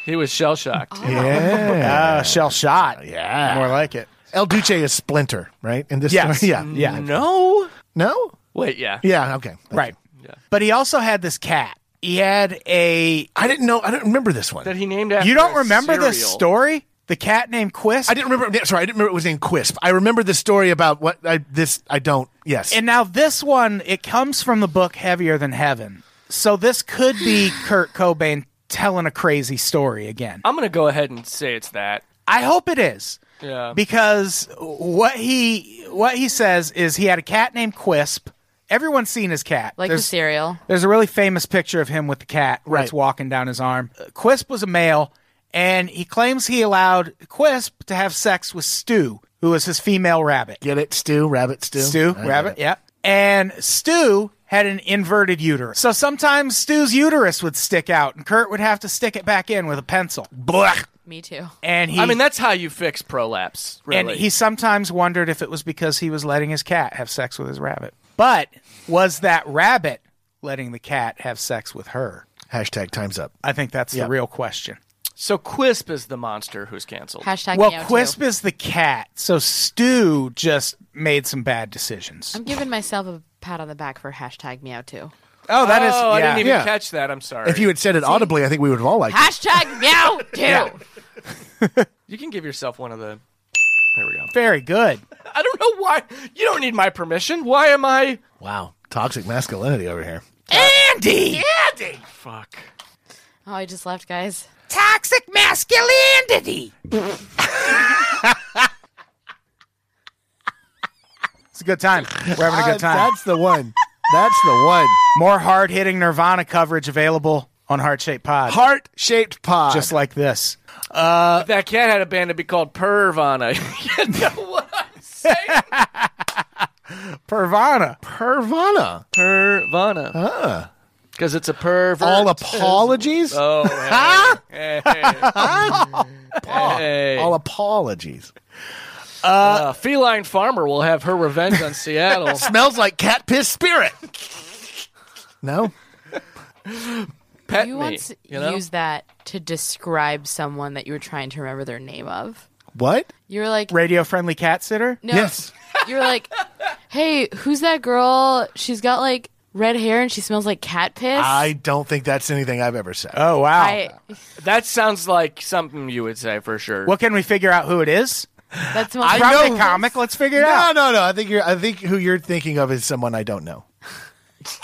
He was shell shocked. Oh. Yeah, Ah, shell shot. Yeah. more like it. El Duce is Splinter, right? In this, Yes. Mm-hmm. story? yeah, Yeah. No. no, Wait. Yeah. yeah, okay, Right. But he also had this cat. He had a. I didn't know. I don't remember this one. That he named after. You don't a remember cereal. this story? The cat named Quist. I didn't remember. yeah, Sorry, I didn't remember it was in Quisp. I remember the story about what I, this. I don't. Yes, And now this one, it comes from the book Heavier Than Heaven. So this could be Kurt Cobain telling a crazy story again. I'm gonna go ahead and say it's that. I hope it is. Yeah. Because what he what he says is he had a cat named Quisp. Everyone's seen his cat. Like the There's- cereal. There's a really famous picture of him with the cat where it's Right. walking down his arm. Uh, Quisp was a male, and he claims he allowed Quisp to have sex with Stu, who was his female rabbit. get it, Stu Rabbit, Stu, Stu, I get rabbit, it. yeah. And Stu had an inverted uterus. So sometimes Stu's uterus would stick out, and Kurt would have to stick it back in with a pencil. Blech. Me too. And he. I mean, that's how you fix prolapse. Really. And he sometimes wondered if it was because he was letting his cat have sex with his rabbit. But was that rabbit letting the cat have sex with her? Hashtag times up. I think that's Yeah. the real question. so Quisp is the monster who's canceled. Hashtag Well, me out Quisp too. is the cat, so Stu just made some bad decisions. I'm giving myself a pat on the back for hashtag me out too. Oh, that is oh, I didn't even yeah. catch that. I'm sorry. If you had said it audibly, I think we would have all liked it. Hashtag meow too. you can give yourself one of the. There we go. very good. I don't know why. You don't need my permission. Why am I? Wow, toxic masculinity over here. Andy, Andy, Fuck. Oh, I just left, guys. toxic masculinity. it's a good time. We're having a Ah, good time. That's the one. That's the one. More hard hitting Nirvana coverage available on Heart Shaped Pod, Heart shaped pod. just like this. If that cat had a band to be called Pervana. you know what I'm saying? Pervana. Pervana. Pervana. Because it's a perv. All apologies. Oh, hey, hey, hey. Hey. all apologies. Uh, feline farmer will have her revenge on Seattle. Smells like cat piss spirit. No. Pet You me. once you know? used that to describe someone that you were trying to remember their name of. What? You were like, Radio friendly cat sitter? no. You were like, hey, who's that girl? She's got like red hair and she smells like cat piss. I don't think that's anything I've ever said. Oh, wow. I that sounds like something you would say for sure. What can we figure out who it is? that's my From the comic, let's figure it no, out. no, no. I think you're. I think who you're thinking of is someone I don't know.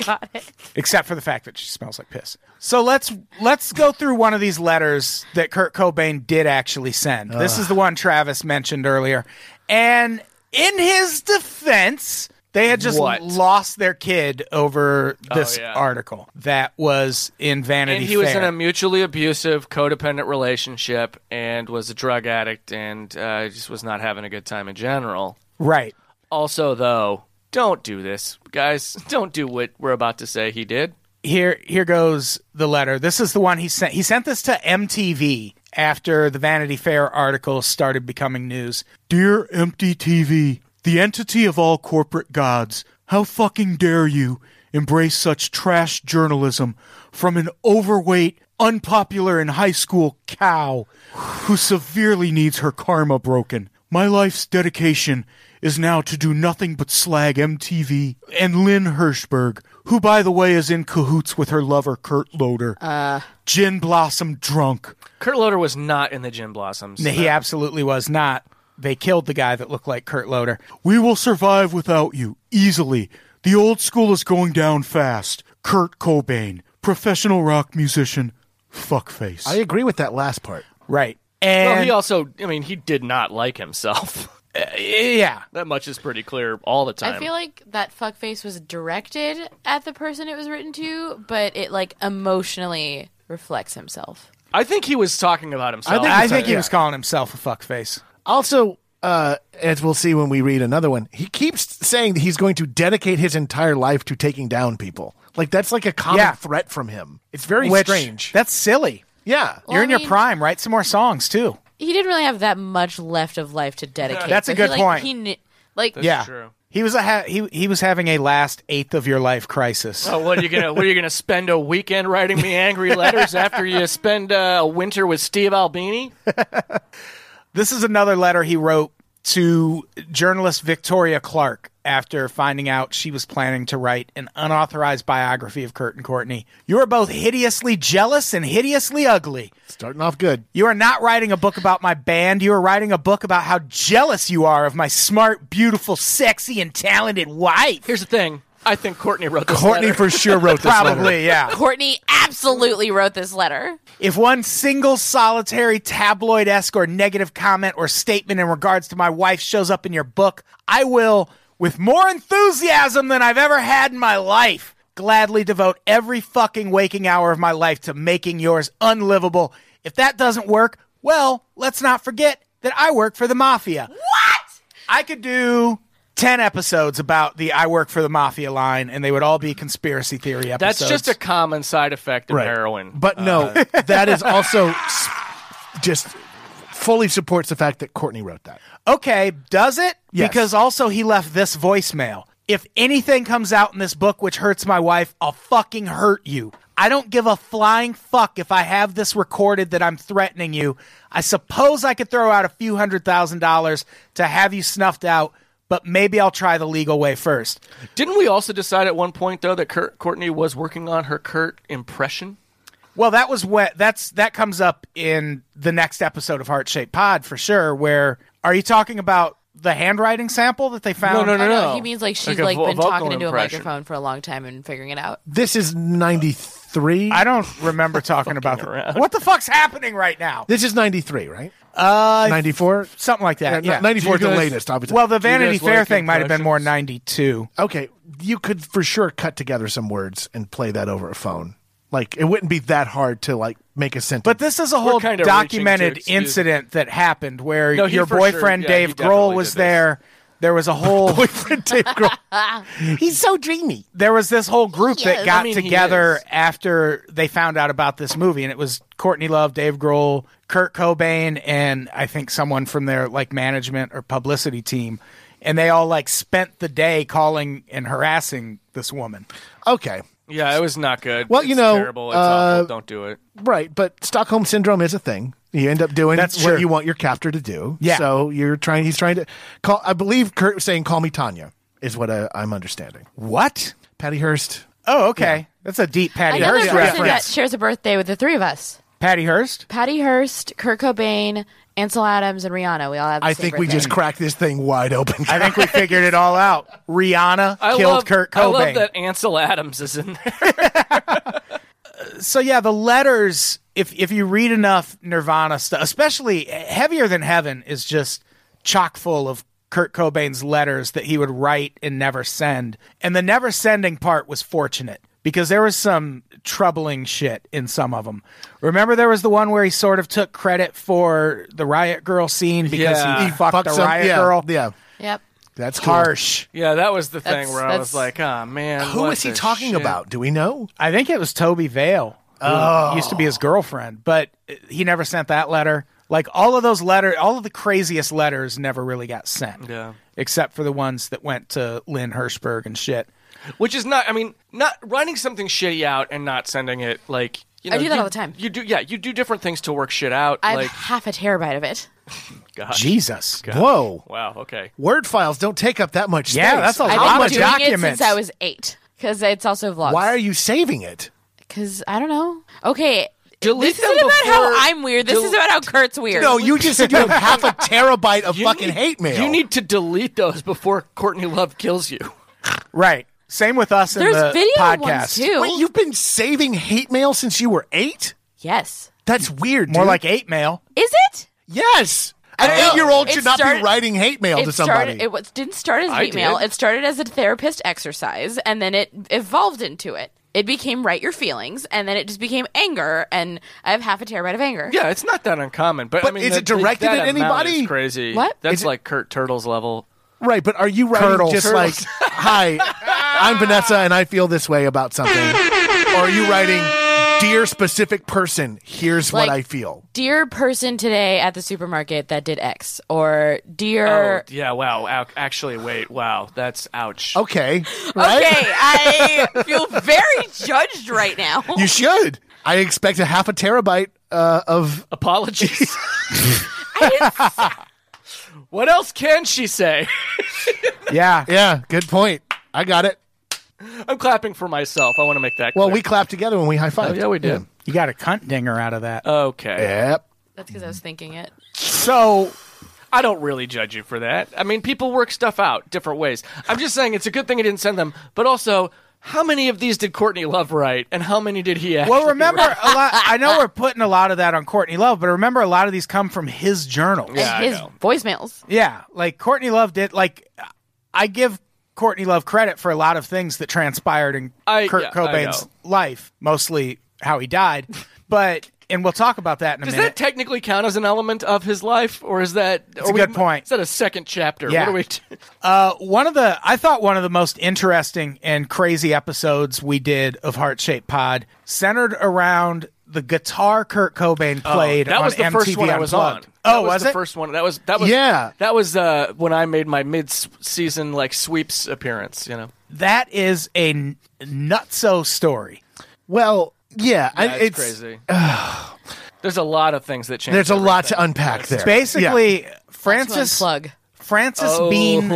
Got it. Except for the fact that she smells like piss. So let's let's go through one of these letters that Kurt Cobain did actually send. This is the one Travis mentioned earlier. And in his defense, they had just What? Oh, lost their kid over this yeah. article that was in Vanity and he was Fair. in a mutually abusive, codependent relationship and was a drug addict and uh, just was not having a good time in general. right. Also, though, don't do this, guys. Don't do what we're about to say he did. here here goes the letter. This is the one he sent. He sent this to MTV after the Vanity Fair article started becoming news. Dear empty TV, the entity of all corporate gods, how fucking dare you embrace such trash journalism from an overweight, unpopular in high school cow who severely needs her karma broken? My life's dedication is now to do nothing but slag MTV and Lynn Hirschberg, who, by the way, is in cahoots with her lover, Kurt Loder. Uh. Gin Blossom drunk. Kurt Loder was not in the Gin Blossoms. He absolutely was not. They killed the guy that looked like Kurt Loder. We will survive without you, easily. The old school is going down fast. Kurt Cobain, professional rock musician, fuckface. I agree with that last part. Right. Well, And uh, he also, I mean, he did not like himself. yeah. that much is pretty clear all the time. I feel like that fuckface was directed at the person it was written to, but it like emotionally reflects himself. I think he was talking about himself. I think- I think he Yeah. was calling himself a fuckface. Also, uh, as we'll see when we read another one, he keeps saying that he's going to dedicate his entire life to taking down people. Like that's like a common Yeah. threat from him. It's very Which- strange. That's silly. yeah. Well, You're I in your mean- prime. Write some more songs too. He didn't really have that much left of life to dedicate. That's a but good he, like, point. He kn- like yeah, true. he was a ha- he he was having a last eighth of your life crisis. Oh, what are you gonna? What are you gonna spend a weekend writing me angry letters after you spend uh, a winter with Steve Albini? This is another letter he wrote to journalist Victoria Clark after finding out she was planning to write an unauthorized biography of Kurt and Courtney. You are both hideously jealous and hideously ugly. Starting off good. You are not writing a book about my band. You are writing a book about how jealous you are of my smart, beautiful, sexy, and talented wife. Here's the thing. I think Courtney wrote this. Courtney letter. for sure wrote this letter. Probably, yeah. Courtney absolutely wrote this letter. If one single solitary tabloid esque or negative comment or statement in regards to my wife shows up in your book, I will, with more enthusiasm than I've ever had in my life, gladly devote every fucking waking hour of my life to making yours unlivable. If that doesn't work, well, let's not forget that I work for the mafia. What? I could do. 10 episodes about the I work for the mafia line, and they would all be conspiracy theory episodes. That's just a common side effect of heroin. But no, that is also s- just fully supports the fact that Courtney wrote that. Okay, does it? Yes. Because also he left this voicemail. If anything comes out in this book which hurts my wife, I'll fucking hurt you. I don't give a flying fuck if I have this recorded that I'm threatening you. I suppose I could throw out a few hundred thousand dollars to have you snuffed out, but maybe I'll try the legal way first. didn't we also decide at one point though that Kurt, Courtney was working on her Kurt impression? Well, that was what that's that comes up in the next episode of Heart Shaped Pod for sure. Where are you talking about the handwriting sample that they found? no, no, I know, no. He means like she's Like a like, vo- been vocal talking into a impression. microphone for a long time and figuring it out. This is 93. I don't remember talking about the, what the fuck's happening right now. this is 93, right? Uh 94? Something like that. Yeah, 94 is Do you the guys- latest, obviously. Well, the you Vanity guys Fair like thing might have been more impressions? ninety-two. okay, you could for sure cut together some words and play that over a phone. Like it wouldn't be that hard to like make a sentence. But this is a whole kinda reaching to documented excuse- incident that happened where No, he your for sure- boyfriend yeah, he Dave definitely Grohl was did this. there. There was a whole boyfriend Dave Grohl, he's so dreamy. there was this whole group that is. got I mean, he together is. after they found out about this movie, and it was Courtney Love, Dave Grohl, Kurt Cobain, and I think someone from their like management or publicity team, and they all like spent the day calling and harassing this woman. Okay, Yeah, it was not good. Well, you It's know, terrible. It's uh, awful. Don't do it. right, but Stockholm syndrome is a thing. You end up doing That's what true. you want your captor to do. Yeah. So you're trying. He's trying to call. I believe Kurt was saying, "Call me Tanya," is what I, I'm understanding. What? Patty Hearst. Oh, okay. That's a deep Patty Another Hearst person that reference. shares a birthday with the three of us: Patty Hearst. Patty Hearst, Kurt Cobain, Ansel Adams, and Rihanna. We all have. The I same think we birthday. just cracked this thing wide open. I think we figured it all out. Rihanna I killed love, Kurt Cobain. I love that Ansel Adams is in there. so yeah, the letters. If if you read enough Nirvana stuff, especially heavier than heaven, is just chock full of Kurt Cobain's letters that he would write and never send. And the never sending part was fortunate because there was some troubling shit in some of them. Remember, there was the one where he sort of took credit for the Riot Girl scene because Yeah. he, He fucked, the some- Riot yeah, Girl. Yeah, Yep. that's cool. Harsh. Yeah, that was the That's- thing where I that's- was like, oh man, Who what is he the talking shit?" about? Do we know? I think it was Toby Vale. who Used to be his girlfriend, but he never sent that letter. Like all of those letters, all of the craziest letters never really got sent. Yeah. Except for the ones that went to Lynn Hirschberg and shit. Which is not. I mean, not writing something shitty out and not sending it like. You I know, do that you- all the time. You do, yeah. You do different things to work shit out. I have like, half a terabyte of it. God. Jesus. Whoa. wow. Okay. Word files don't take up that much space. Yeah, that's a I've lot. been How much doing it documents? since I was eight because it's also vlogs. Why are you saving it? Because I don't know. Okay. Delete this them isn't about how before- I'm weird. This is del- about how Kurt's weird. No, you just said you have half a terabyte of You fucking need- hate mail. You need to delete those before Courtney Love kills you. Right. Same with us in There's the video ones podcast. too. Wait, you've been saving hate mail since you were eight? yes. That's weird. More dude. like eight mail. Is it? yes. An Oh. eight-year-old It should not started- be writing hate mail to it somebody. started. It was, didn't start as I hate mail. did. It started as a therapist exercise, and then it evolved into it. It became write your feelings, and then it just became anger, and I have half a terabyte of anger. Yeah, it's not that uncommon. But, But I mean, is that- it directed that at amount anybody? Is crazy. What? That's Is it- like Kurt Turtle's level. Right, but are you writing Turtles. just like, Turtles. "Hi, I'm Vanessa, and I feel this way about something," or are you writing, "Dear specific person, here's Like- what I feel"? Dear person today at the supermarket that did X, or dear. oh, yeah. Wow. Ouch. Actually, wait. Wow. That's ouch. Okay, right? Okay, I feel very judged right now. You should. I expect a half a terabyte uh, of. Apologies. what else can she say? Yeah. Yeah, good point. I got it. I'm clapping for myself. I want to make that. Well, clear. we clapped together when we high fived. Oh, yeah, we did. You got a cunt dinger out of that. Okay. Yep. That's because I was thinking it. So I don't really judge you for that. I mean, people work stuff out different ways. I'm just saying it's a good thing he didn't send them, but also, how many of these did Courtney Love write, and how many did he actually? well, remember a lot. I know we're putting a lot of that on Courtney Love, but remember a lot of these come from his journal. Yeah, I and his know. voicemails. Yeah, like Courtney Love did. Like, I give Courtney Love credit for a lot of things that transpired in I- Kurt yeah, I Cobain's know. life, mostly how he died. But and we'll talk about that in a Does minute. that technically count as an element of his life, or is that? It's a good point. Is that a second chapter? Yeah. What are we? uh, one of the I thought one of the most interesting and crazy episodes we did of Heart Shaped Pod centered around the guitar Kurt Cobain played. Oh, that on was the MTV first one I was on. Unplugged. That Oh, was, the it? first one? That was that was Yeah. That was uh, when I made my mid-season like sweeps appearance. You know, That is a n- nutso story. well, yeah, I- That's it's crazy. There's a lot of things that change. There's a lot to unpack there. Basically, Just Francis plug. Francis Oh. Bean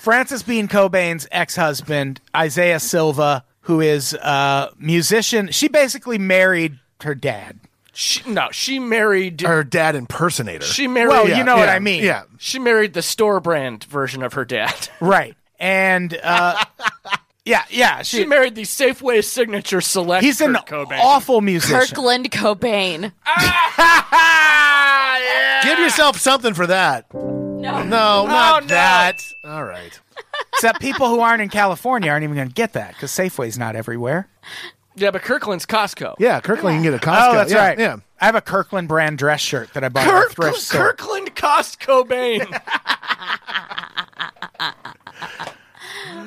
Francis Bean Cobain's ex-husband Isaiah Silva, who is a musician, she basically married her dad. She, no, she married. her dad impersonator. she married. Well, you know what yeah, I mean, Yeah, She married the store brand version of her dad. right? And uh, yeah, yeah, she. She married the Safeway signature select. he's an Kurt Cobain. awful musician. Kirkland Cobain. give yourself something for that. No, no, Oh, not that. All right. Except people who aren't in California aren't even going to get that because Safeway's not everywhere. Yeah, but Kirkland's Costco. Yeah, Kirkland can get a Costco. Oh, that's yeah, right. Yeah. I have a Kirkland brand dress shirt that I bought at a Kirk- thrift store. Kirkland Costco Cobain.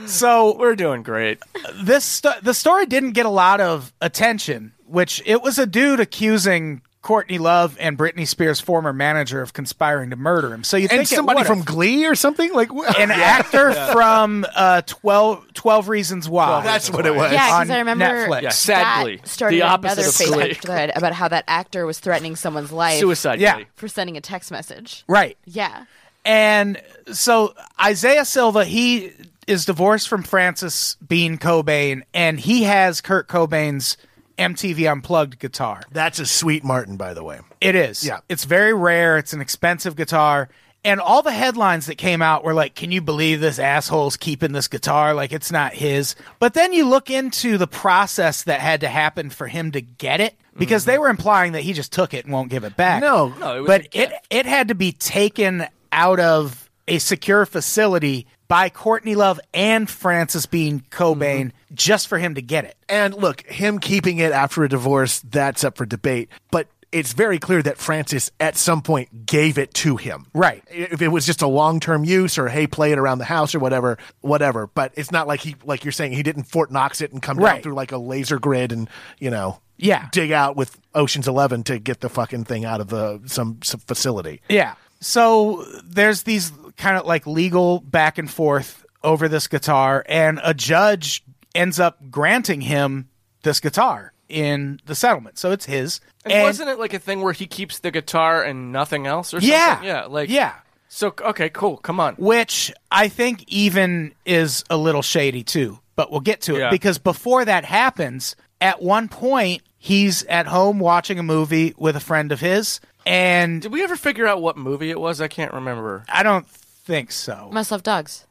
So We're doing great. this sto- the story didn't get a lot of attention, which it was a dude accusing Courtney Love and Britney Spears' former manager of conspiring to murder him. So you And think it somebody would've. from Glee or something like wh- an actor from uh, 12, 12 Reasons Why. that's what it was. Yeah, because on I remember Netflix. Yeah, sadly, that started the opposite another of Glee. Facebook thread about how that actor was threatening someone's life Suicide. Yeah. Glee. for sending a text message. right. Yeah. And so Isaiah Silva, he is divorced from Francis Bean Cobain, and he has Kurt Cobain's MTV Unplugged guitar. That's a sweet Martin, by the way. It is. Yeah. It's very rare. It's an expensive guitar. And all the headlines that came out were like, can you believe this asshole's keeping this guitar? Like, it's not his. But then you look into the process that had to happen for him to get it because they were implying that he just took it and won't give it back. Mm-hmm. No. No, it was but a it, it had to be taken out of a secure facility by Courtney Love and Francis Bean Cobain Mm-hmm. just for him to get it. And look, him keeping it after a divorce, that's up for debate. But it's very clear that Francis at some point gave it to him. Right. If it was just a long term use or hey, play it around the house or whatever, whatever. But it's not like he like you're saying he didn't Fort Knox it and come down Right. through like a laser grid and, you know, Yeah. dig out with Ocean's Eleven to get the fucking thing out of the some, some facility. Yeah. So there's these kind of like legal back and forth over this guitar, and a judge ends up granting him this guitar in the settlement. So it's his. And, wasn't it like a thing where he keeps the guitar and nothing else or Yeah. something? Yeah. Like Yeah. So okay, cool. Come on. Which I think even is a little shady too, but we'll get to it Yeah. because before that happens, at one point he's at home watching a movie with a friend of his, and Did we ever figure out what movie it was? I can't remember. I don't think so. Must love dogs.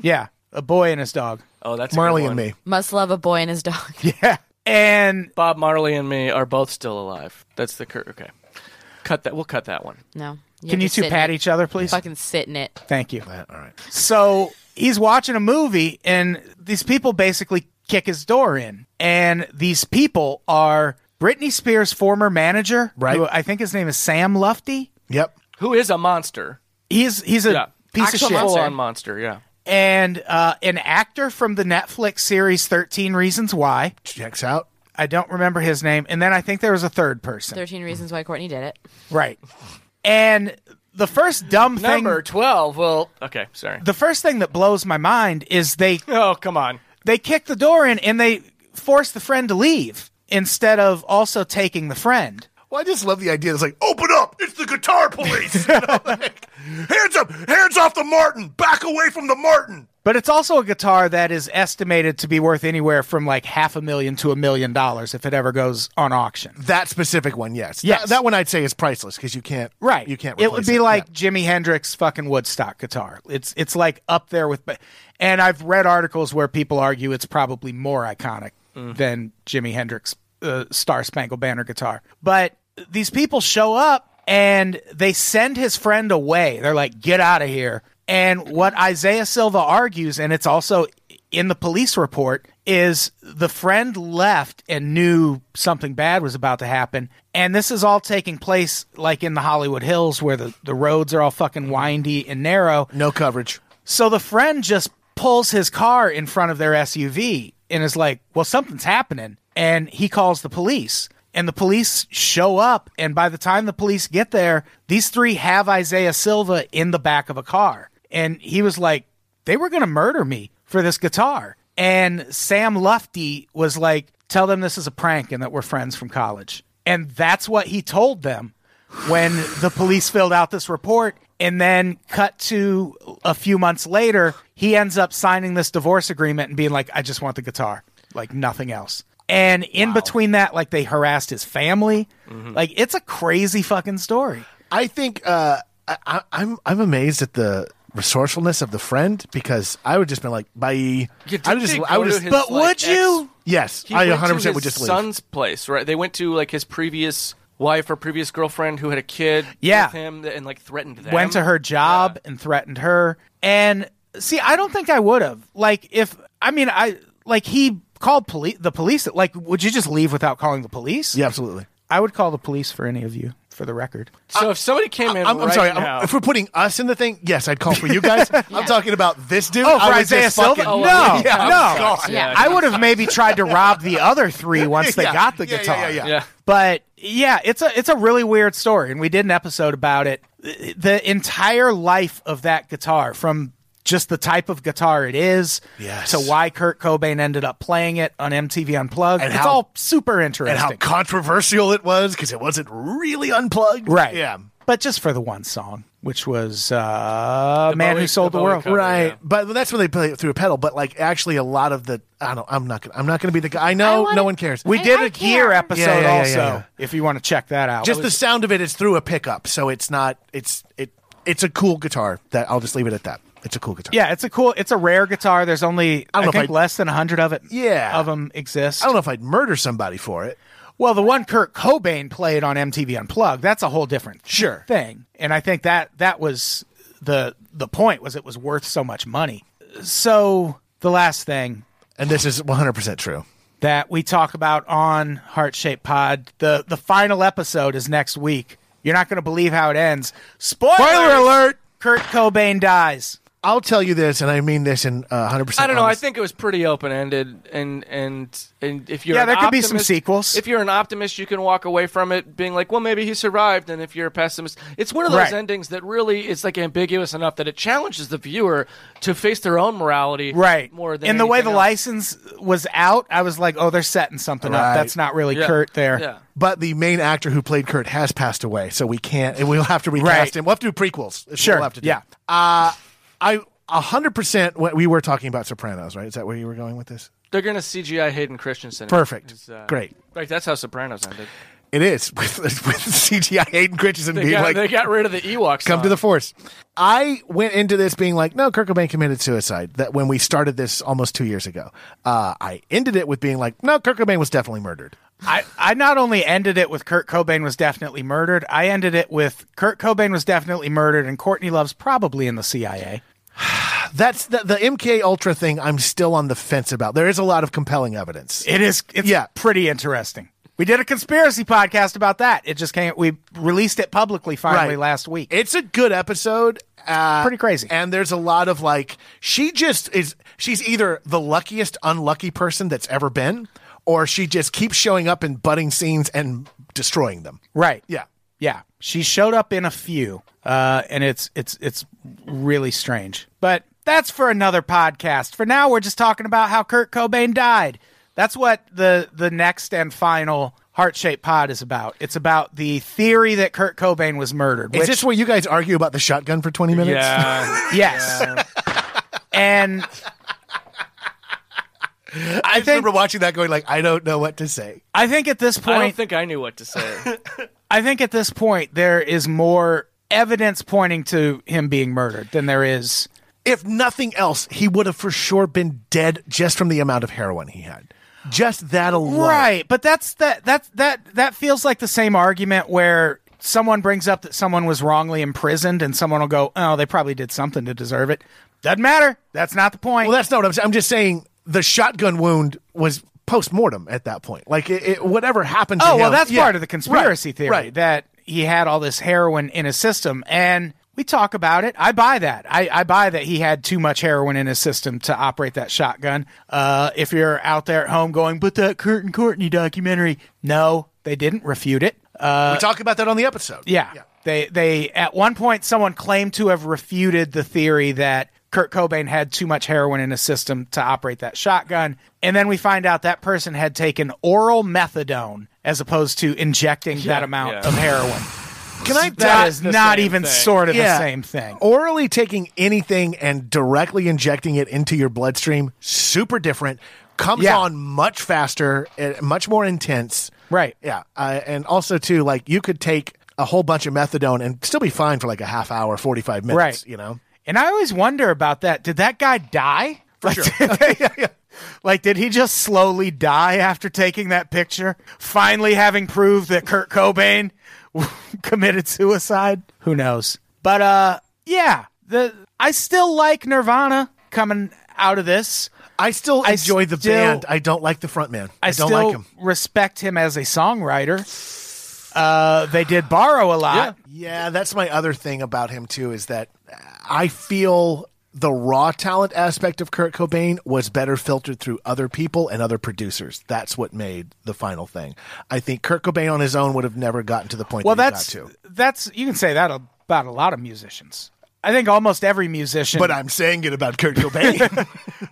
Yeah, a boy and his dog. Oh, that's a good Marley and one. me. Must love a boy and his dog. And Bob Marley and me are both still alive. That's the cur- okay. Cut that. We'll cut that one. No. Can you just two sit in pat it. each other, please? Fucking sit in it. Thank you. All right. So he's watching a movie and these people basically kick his door in. And these people are Britney Spears' former manager, Right. who I think his name is Sam Lufty. Yep. Who is a monster? He's he's a Yeah. piece Actual of shit. full-on monster. Yeah. And uh, an actor from the Netflix series 13 Reasons Why. Checks out. I don't remember his name. And then I think there was a third person. 13 Reasons Why Courtney Did It. Right. And the first dumb thing Number twelve. Well, okay. Sorry. the first thing that blows my mind is they Oh, come on. they kick the door in and they force the friend to leave instead of also taking the friend. Well, I just love the idea. It's like, open up! It's the guitar police. You know, like, hands up! Hands off the Martin! Back away from the Martin! But it's also a guitar that is estimated to be worth anywhere from like half a million to a million dollars if it ever goes on auction. That specific one, yes. Yes. That, that one I'd say is priceless because you can't. Right. You can't. It would replace be like Yeah. Jimi Hendrix fucking Woodstock guitar. It's it's like up there with but- and I've read articles where people argue it's probably more iconic Mm. than Jimi Hendrix uh, Star Spangled Banner guitar. But these people show up and they send his friend away. They're like, "Get out of here." And what Isaiah Silva argues and it's also in the police report is the friend left and knew something bad was about to happen. And this is all taking place like in the Hollywood Hills where the, the roads are all fucking windy and narrow. no coverage. So the friend just pulls his car in front of their SUV and is like, well, something's happening. And he calls the police. And the police show up. And by the time the police get there, these three have Isaiah Silva in the back of a car. And he was like, they were going to murder me for this guitar. And Sam Lufty was like, tell them this is a prank and that we're friends from college. And that's what he told them when the police filled out this report. And then cut to a few months later, he ends up signing this divorce agreement and being like, I just want the guitar, like nothing else. And in between that, like they harassed his family. Like it's a crazy fucking story. I think uh, I, I, I'm I'm amazed at the resourcefulness of the friend because I would just been like, bye. I didn't would they just. I go would to just. his, But like, would you? ex- Yes, He I went to 100 his percent would just leave. son's place, right? They went to like his previous wife or previous girlfriend who had a kid Yeah. with him and like threatened them. went to her job and threatened her. And see, I don't think I would have. Like, if I mean, I like he called police. The police. Like, would you just leave without calling the police? Yeah, absolutely. I would call the police for any of you, for the record. So if somebody came in I'm, I'm right sorry. I'm- now, if we're putting us in the thing, yes, I'd call for you guys. I'm talking about this dude. Oh, for I would Isaiah just Silva? fucking- No, yeah, no. God. Yeah. I would have maybe tried to rob the other three once they Yeah. got the Yeah, yeah, guitar. yeah, yeah, But yeah, it's a it's a really weird story, and we did an episode about it. The entire life of that guitar, from just the type of guitar it is, Yes. to why Kurt Cobain ended up playing it on MTV Unplugged. And it's how- all super and interesting, how controversial it was because it wasn't really unplugged. right? Yeah. But just for the one song, which was uh, The "Man Bowie- Who Sold the, the Bowie World," cover, Right, Yeah. but that's when they play it through a pedal. But like, actually, a lot of the I don't. I'm not gonna. I'm not gonna be the guy. I know. I wanna- no one cares. We I- did I a gear care. episode Yeah, yeah, yeah, also, yeah, yeah. if you want to check that out. just the sound of it is through a pickup, so it's not. It's it. It's a cool guitar. That I'll just leave it at that. It's a cool guitar. yeah, it's a cool, it's a rare guitar. There's only I, don't know if think I- less than hundred of it. Yeah. of them exist. I don't know if I'd murder somebody for it. Well, the one Kurt Cobain played on MTV Unplugged, that's a whole different Sure. thing. And I think that that was the the point was it was worth so much money. So the last thing And this is 100 percent true. that we talk about on Heart Shape Pod, the the final episode is next week. You're not going to believe how it ends. Spoiler, Spoiler alert! Kurt Cobain dies. I'll tell you this, and I mean this in uh, 100. percent I don't know. I think it was pretty open ended, and and and if you're Yeah, an there could be some optimist- sequels. If you're an optimist, you can walk away from it being like, well, maybe he survived. And if you're a pessimist, it's one of those Right. endings that really it's like ambiguous enough that it challenges the viewer to face their own morality, Right. More than in the way the anything else. license was out, I was like, "Oh, they're setting something Right. up. That's not really Yeah. Kurt there." Yeah. But the main actor who played Kurt has passed away, so we can't. And we'll have to recast Right. him. We'll have to do prequels. is what Sure, We'll have to do. yeah. Uh, I 100 percent. We were talking about Sopranos, right? Is that where you were going with this? They're gonna CGI Hayden Christensen. Perfect. It's, uh, Great. Like that's how Sopranos ended. It is with, with CGI Hayden Christensen They being got, like, they got rid of the Ewoks. come to the force. I went into this being like, no, Kurt Cobain committed suicide. That when we started this almost two years ago, uh, I ended it with being like, no, Kurt Cobain was definitely murdered. I, I not only ended it with Kurt Cobain was definitely murdered, I ended it with Kurt Cobain was definitely murdered and Courtney Love's probably in the CIA. That's the, the MK Ultra thing. I'm still on the fence about. There is a lot of compelling evidence. It is. It's Yeah. pretty interesting. We did a conspiracy podcast about that. It just came. We released it publicly finally Right. last week. It's a good episode. Uh, Pretty crazy. And there's a lot of like, she just is, she's either the luckiest unlucky person that's ever been, or she just keeps showing up in budding scenes and destroying them. right. Yeah. Yeah. She showed up in a few, uh, and it's it's it's really strange. But that's for another podcast. For now, we're just talking about how Kurt Cobain died. That's what the the next and final heart shaped pod is about. It's about the theory that Kurt Cobain was murdered. Is which- this where you guys argue about the shotgun for 20 minutes? Yeah. Yes. and I, think, remember watching that going like, I don't know what to say. I think at this I don't point, think I knew what to say. I think at this point there is more evidence pointing to him being murdered than there is. If nothing else, he would have for sure been dead just from the amount of heroin he had. Just that alone. Right, but that's that that that that feels like the same argument where someone brings up that someone was wrongly imprisoned and someone will go, "Oh, they probably did something to deserve it." Doesn't matter. That's not the point. Well, that's not what I'm saying. I'm just saying the shotgun wound was post mortem at that point. Like it, it, whatever happened. to oh, well, him- that's Yeah. part of the conspiracy Right, theory right? that he had all this heroin in his system, and we talk about it. I buy that. I, I buy that he had too much heroin in his system to operate that shotgun. Uh, if you're out there at home going, but that Kurt and Courtney documentary, no, they didn't refute it. we talk about that on the episode. Yeah. They they at one point someone claimed to have refuted the theory that Kurt Cobain had too much heroin in his system to operate that shotgun. And then we find out that person had taken oral methadone as opposed to injecting that amount yeah. of heroin. Can I? That Not is the not same even thing. sort of Yeah. the same thing. Orally taking anything and directly injecting it into your bloodstream, super different. Comes Yeah. on much faster, and much more intense. Right. Yeah. Uh, and also too, like you could take a whole bunch of methadone and still be fine for like a half hour, forty five minutes. Right. You know. And I always wonder about that. Did that guy die? like, like, did he just slowly die after taking that picture? Finally, having proved that Kurt Cobain committed suicide? Who knows? But uh, yeah, the I still like Nirvana coming out of this. I still I enjoy the still- band. I don't like the frontman. I, I, don't still like him. respect him as a songwriter. Uh, they did borrow a lot. Yeah, that's my other thing about him too is that I feel the raw talent aspect of Kurt Cobain was better filtered through other people and other producers. That's what made the final thing. I think Kurt Cobain on his own would have never gotten to the point Well, that he that's got to. that's you can say that about a lot of musicians. I think almost every musician. But I'm saying it about Kurt Cobain.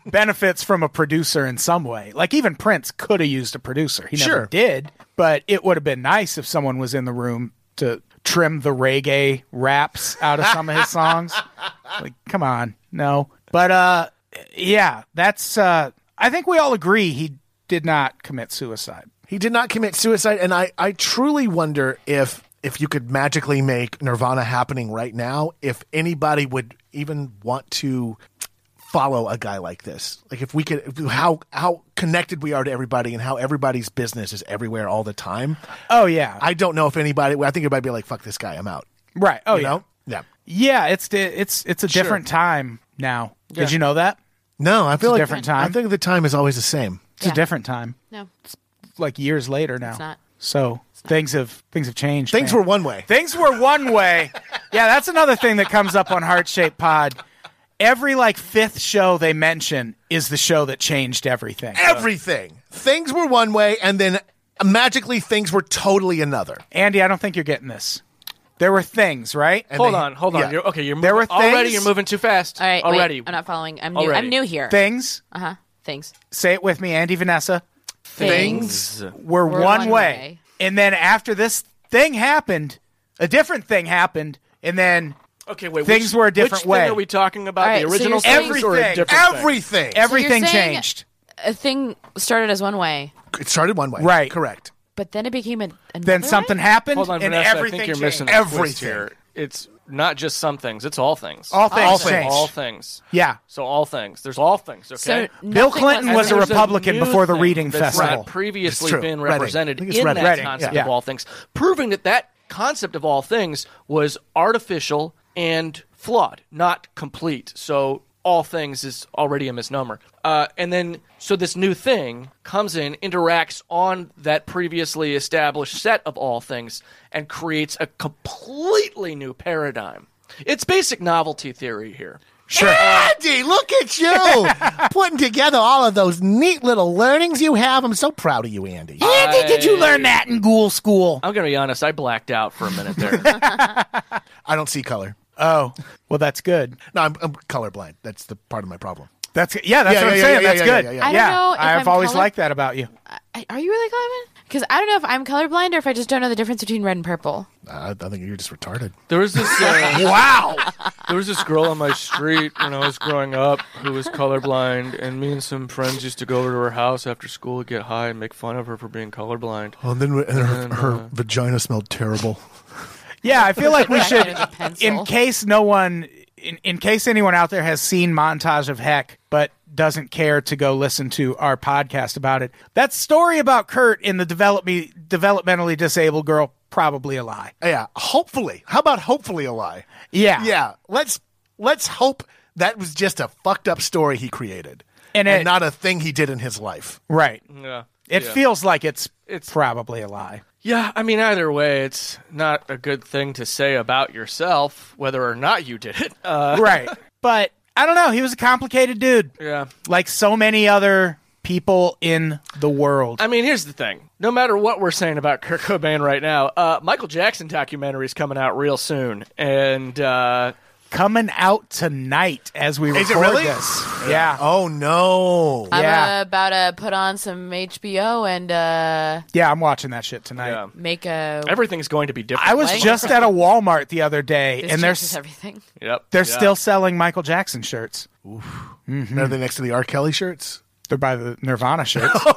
benefits from a producer in some way. Like even Prince could have used a producer. He never Sure. did, but it would have been nice if someone was in the room to trim the reggae raps out of some of his songs. Like come on. No. But uh yeah, that's uh I think we all agree he did not commit suicide. he did not commit suicide and I, I truly wonder if if you could magically make Nirvana happening right now, if anybody would even want to follow a guy like this. Like if we could how how connected we are to everybody and how everybody's business is everywhere all the time. Oh yeah. I don't know if anybody I think everybody would be like, fuck this guy, I'm out. right. Oh You yeah. know? Yeah. Yeah, it's di- it's it's a different time now. Did you know that? No, I feel a like different time. I think the time is always the same. It's a different time. No, Like years later now. not. So things have things have changed. Things man. were one way. Things were one way. yeah, that's another thing that comes up on Heart Shaped Pod. Every like fifth show they mention is the show that changed everything. Everything. Things were one way and then magically things were totally another. Andy, I don't think you're getting this. There were things, right? And hold they- on, hold on. yeah. You're, okay, you're There moving, were already. things- You're moving too fast. all right. wait, already. I'm not following. I'm new. Already. I'm new here. Things. uh huh. Thanks. Say it with me, Andy Vanessa. Things. Were, Were one, one way. way. And then after this thing happened, a different thing happened, and then okay, wait. Things which, were a different which way. Thing are we talking about All right, so the you're original saying- things or a Everything. different thing? Everything. everything saying- changed. A thing started as one way, It started one way. Right. Correct. but then it became an. Another Then something happened, Hold on, and Vanessa. I everything think you're changed. missing the twist Everything. here. It's not just some things; it's all things. All things all changed. Things. All things. Yeah. So all things. There's all things. So Okay. Bill nothing Clinton And was a there's Republican new before the thing Reading that's Festival. Not previously It's true. been Reading. I represented think in it's Reading. that Reading, concept yeah. of all things, proving that that concept of all things was artificial and flawed, not complete. So all things is already a misnomer. Uh, and then, so this new thing comes in, interacts on that previously established set of all things, and creates a completely new paradigm. It's basic novelty theory here. Sure. Andy, look at you putting together all of those neat little learnings you have. I'm so proud of you, Andy. Andy, did you learn that in ghoul school? I'm going to be honest, I blacked out for a minute there. I don't see color. Oh, well, that's good. No, I'm, I'm colorblind. That's the part of my problem. That's yeah. That's Yeah, what I'm yeah, saying. yeah, that's yeah, yeah, good. yeah, Yeah, yeah, yeah. I don't know if I've I'm always color- liked that about you. I- Are you really colorblind? Because I don't know if I'm colorblind or if I just don't know the difference between red and purple. Uh, I think you're just retarded. there was this. Uh, Wow. There was this girl on my street when I was growing up who was colorblind, and me and some friends used to go over to her house after school to get high and make fun of her for being colorblind. well, and Oh, then and her, her vagina smelled terrible. Yeah, I feel like we Right, should, with a pencil. in case no one, in, in case anyone out there has seen Montage of Heck but doesn't care to go listen to our podcast about it, that story about Kurt and the develop- developmentally disabled girl, probably a lie. Yeah. Hopefully. How about hopefully a lie? Yeah. Yeah. Let's let's hope that was just a fucked up story he created. And it- not a thing he did in his life. Right. Yeah. It yeah. feels like it's, It's- it's probably a lie. Yeah, I mean, either way, it's not a good thing to say about yourself, whether or not you did it. Uh, right. But I don't know. He was a complicated dude. yeah. Like so many other people in the world. I mean, here's the thing. No matter what we're saying about Kurt Cobain right now, uh, Michael Jackson documentary is coming out real soon, and uh, Coming out tonight as we Is it record really? this. Yeah. Oh no. I'm Yeah. uh, about to put on some HBO and uh, Yeah, I'm watching that shit tonight. yeah, make a. everything's going to be different. I was Like- just at a Walmart the other day, this and they're changes s- everything. Yep. they're yeah. still selling Michael Jackson shirts. Mm-hmm. Are they next to the R. Kelly shirts? They're by the Nirvana shirts. oh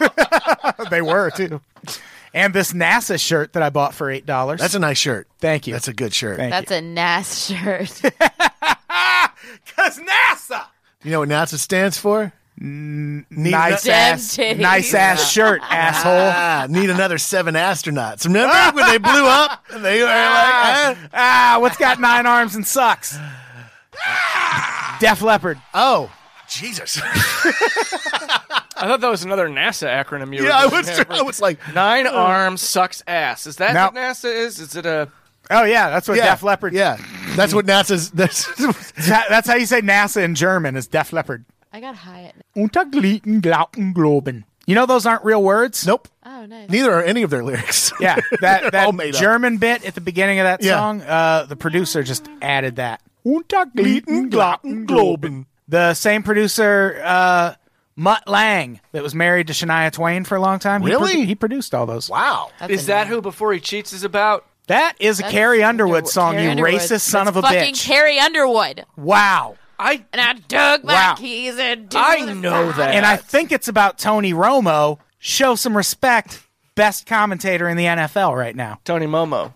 no, they were too. And this NASA shirt that I bought for eight dollars. That's a nice shirt. Thank you. That's a good shirt. Thank That's a NAS shirt. because NASA. You know what NASA stands for? Need Nice Dem ass, titties. nice ass shirt, asshole. Ah, need another seven astronauts. Remember when they blew up? And They were like, ah. Ah, what's got nine arms and sucks? Def Leopard. oh, Jesus. I thought that was another NASA acronym. You were yeah, I doing was, there. I was like, Nine arms sucks ass. Is that No. what NASA is? Is it a Oh yeah, that's what yeah, Def Leopard. Yeah, that's what NASA's. That's, That- that's how you say NASA in German is Def Leopard. I got high at. Unterglieden Glauten Globen. You know those aren't real words? nope. Oh, nice. Neither are any of their lyrics. Yeah, that, all that made up. German bit at the beginning of that Yeah. song, uh, the producer just added that. Unterglieden Glauten Globen. The same producer, uh, Mutt Lang, that was married to Shania Twain for a long time. He Really? produ- He, produced all those. Wow. That's is a that name. who before he cheats is about? That is a That's Carrie Underwood Underwood- song, Carrie you Underwood. racist son That's of a fucking bitch. Carrie Underwood. wow. I And I dug my Wow. keys and did I know that. And I think it's about Tony Romo. Show some respect. Best commentator in the NFL right now. Tony Momo.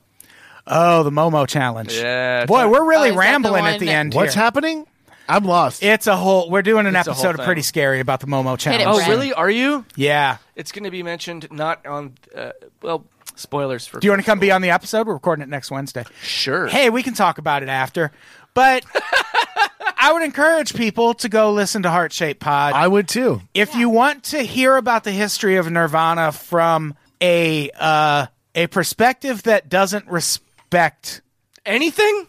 Oh, the Momo challenge. Yeah, Boy, Tony- we're really Oh, is that the rambling at one the that- end What's here. happening? I'm lost. It's a whole. We're doing an It's a whole episode of thing. Pretty Scary about the Momo challenge. it, Oh, Brad. really? Are you? Yeah. It's going to be mentioned not on. Uh, well, spoilers for. Do you want to come be on the episode? We're recording it next Wednesday. Sure. Hey, we can talk about it after. But I would encourage people to go listen to Heart Shape Pod. I would too. if you want to hear about the history of Nirvana from a uh, a perspective that doesn't respect anything?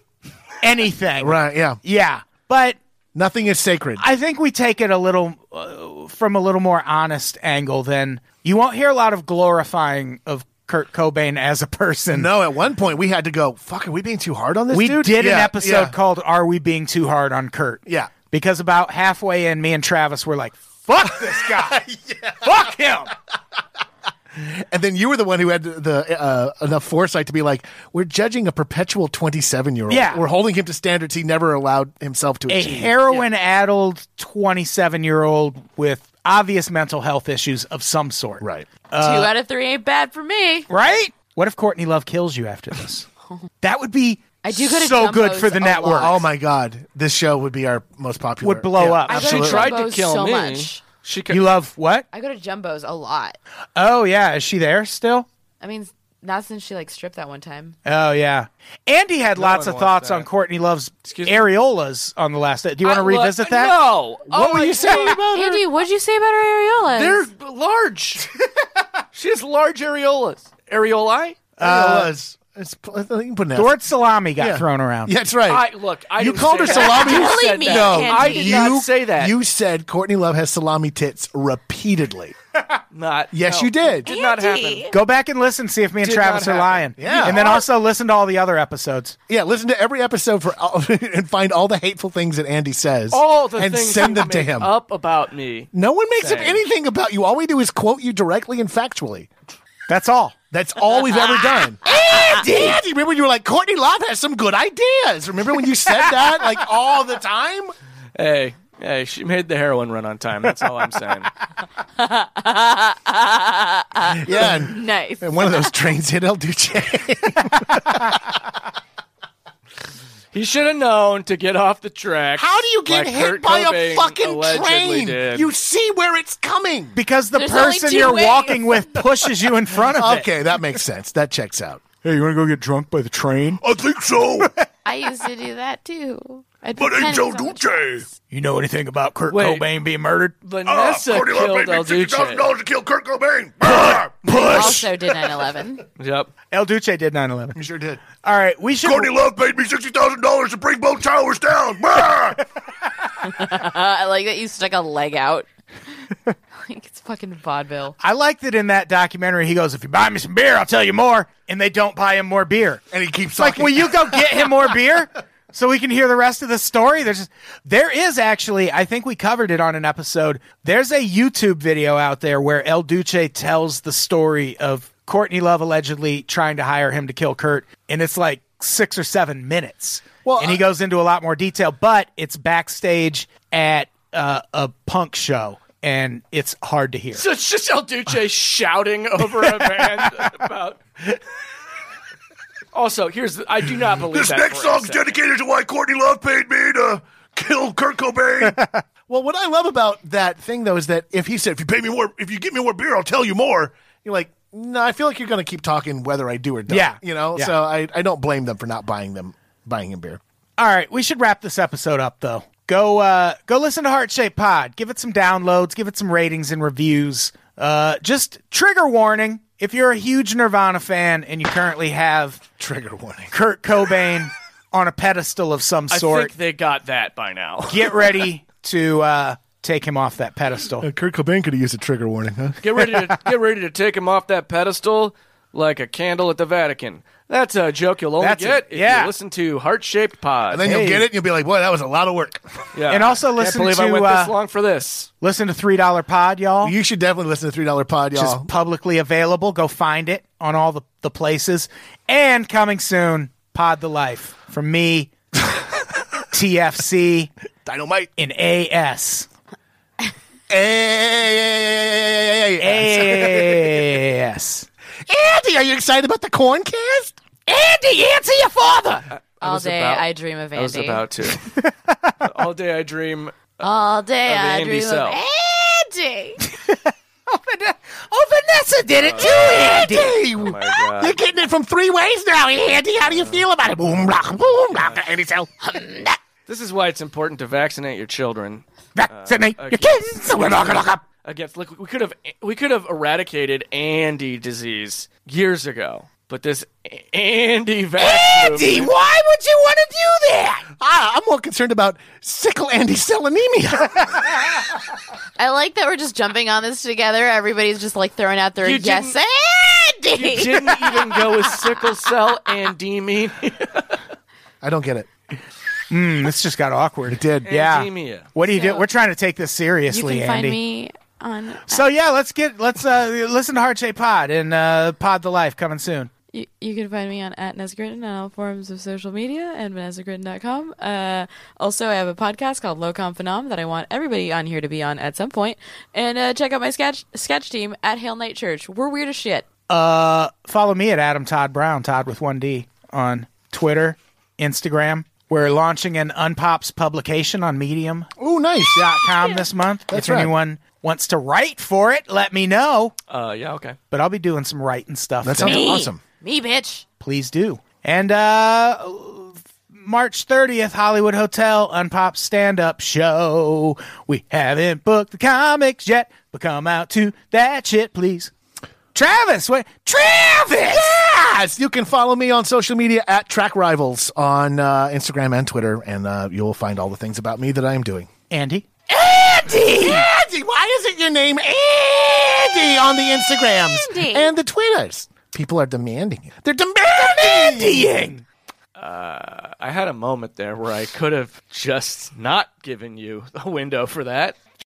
anything, Right. Yeah. Yeah, but Nothing is sacred. I think we take it a little uh, from a little more honest angle than you won't hear a lot of glorifying of Kurt Cobain as a person. no, at one point we had to go. Fuck, are we being too hard on this we dude? did an Yeah, episode yeah. called "Are We Being Too Hard on Kurt?" Yeah. because about halfway in, me and Travis were like, "Fuck this guy, fuck him." And then you were the one who had the uh, enough foresight to be like, "We're judging a perpetual twenty-seven-year-old. Yeah. we're holding him to standards he never allowed himself to a achieve." heroin addled 27 year old with obvious mental health issues of some sort. right? uh, Two out of three ain't bad for me. Right? What if Courtney Love kills you after this? that would be I do go to so good Jumbo's for the a network. lot. Oh my God, this show would be our most popular. Would blow up. I I go to Absolutely. Tried to Jumbo's kill so me. much. She ca- You love what? I go to Jumbo's a lot. Oh, yeah. Is she there still? I mean, Not since she like stripped that one time. Oh yeah, Andy had lots one of wants thoughts that. on Courtney Love's Excuse me? areolas on the last day. Do you want I to lo- revisit that? No. Oh, What were you saying about her? Andy, what'd you say about her areolas? They're large. she has large areolas. Areoli? Uh, it's, it's, I think you can put an The F. word salami got Yeah. thrown around. Yeah, that's right. I look. I you didn't called say her that. salami. You Believe said me, that. no, Andy. I did not say that. You said Courtney Love has salami tits repeatedly. not. Yes, no. you did. Did not happen. Go back and listen, see if me and Did Travis not are happen. lying. Yeah. And then also listen to all the other episodes. Yeah, listen to every episode for all, and find all the hateful things that Andy says. All the and things send you them to make him. up about me. No one makes up Saying. anything about you. All we do is quote you directly and factually. That's all. That's all we've ever done. Andy, Andy, remember when you were like Courtney Love has some good ideas. Remember when you said that like all the time? Hey, hey, she made the heroin run on time. That's all I'm saying. Yeah, and, nice. and one of those trains hit El Duce. he should have known to get off the track. How do you get like hit Kurt by Cobain a fucking allegedly train? Did. You see where it's coming. Because the There's only person two you're ways. walking with pushes you in front of it. Okay, that makes sense. That checks out. Hey, you want to go get drunk by the train? I think so. I used to do that too. I'd But pretend ain't it was Joe on the Duce. Ah, You know anything about Kurt Wait. Cobain being murdered? Vanessa killed El Duce. to kill Kurt Cobain. Ah! Push. Also did 9/11. Yep. El Duce did 9 11. You sure did. All right, we should. Love paid me sixty thousand dollars to bring both towers down. Ah! I like that you stuck a leg out. like it's fucking vaudeville. I like that in that documentary, he goes, If you buy me some beer, I'll tell you more. And they don't buy him more beer. And he keeps It's like, talking. will you go get him more beer so we can hear the rest of the story? There's, there is actually, I think we covered it on an episode. There's a YouTube video out there where El Duce tells the story of Courtney Love allegedly trying to hire him to kill Kurt, and it's like six or seven minutes. Well, and he I- goes into a lot more detail, but it's backstage at uh, a punk show, and it's hard to hear. So it's just El Duce shouting over a band about. Also, here's the, I do not believe that for a second. to why Courtney Love paid me to kill Kurt Cobain. Well, what I love about that thing though is that if he said, "If you pay me more, if you give me more beer, I'll tell you more," you're like, "No, I feel like you're going to keep talking whether I do or don't." Yeah. you know. Yeah. So I, I don't blame them for not buying them buying him beer. All right, we should wrap this episode up though. Go uh go listen to Heart Shape Pod. Give it some downloads, give it some ratings and reviews. Uh just trigger warning, if you're a huge Nirvana fan and you currently have Trigger warning. Kurt Cobain on a pedestal of some I sort, think they got that by now. get ready to uh take him off that pedestal. Kurt Cobain could have used a trigger warning, huh? Get ready to get ready to take him off that pedestal like a candle at the Vatican. That's a joke you'll only That's a- get if yeah. you listen to Heart Shaped Pod. And then you'll Hey. get it, and you'll be like, "Boy, that was a lot of work." yeah. And also Can't listen believe I to, went uh, this long for this. Listen to Three Dollar Pod, y'all. You should definitely listen to Three Dollar Pod, which is y'all. publicly available. Go find it on all the, the places. And coming soon, Pod the Life from me, TFC, Dynamite. and AS. AS. Andy, are you excited about the corn cast? Andy, answer your father. All was day about- I dream of Andy. I was about to. All day I dream. All day Of the I Andy dream cell. of Andy. Oh, Vanessa did it too, Uh, Andy. Andy! Oh my God. You're getting it from three ways now, Andy. How do you feel about it? Boom, rock, boom, rock. Andy, so hum, um, da. This is why it's important to vaccinate your children vaccinate okay. your kids. So we're not gonna up. against. Look, we could have we could have eradicated Andy disease years ago, but this A- Andy vaccine. Andy, why would you want to do that? Ah, I'm more concerned about sickle Andy cell anemia. I like that we're just jumping on this together. Everybody's just like throwing out their You yes, You Andy. didn't even go with sickle cell Andy I don't get it. Mm, this just got awkward. It did. Yeah. Anemia. What do you do? So- We're trying to take this You seriously, can Andy. find me on. So yeah, let's get let's uh, listen to Heart Shape Pod and uh, Pod the Life coming soon. You, you can find me on at Nessa Gritton on all forms of social media and VanessaGritton.com. Uh, also, I have a podcast called Locom Phenom that I want everybody on here to be on at some point. And uh, check out my sketch sketch team at Hail Night Church. We're weird as shit. Uh, follow me at Adam Todd Brown, Todd with one D on Twitter, Instagram. We're launching an Unpops publication on Medium.com Ooh, nice. Yeah. this month. That's if right. anyone wants to write for it, let me know. Uh, yeah, okay. But I'll be doing some writing stuff. That sounds today. awesome. Me, bitch. Please do. And uh March 30th, Hollywood Hotel, Unpop Stand Up Show. We haven't booked the comics yet, but come out to that shit, please. Travis, wait. Travis! Yes, you can follow me on social media at Track Rivals on uh, Instagram and Twitter, and uh, you'll find all the things about me that I am doing. Andy? Andy, Andy, why isn't your name Andy on the Instagrams Andy. and the Twitters? People are demanding it. They're demanding. I had a moment there where I could have just not given you a window for that.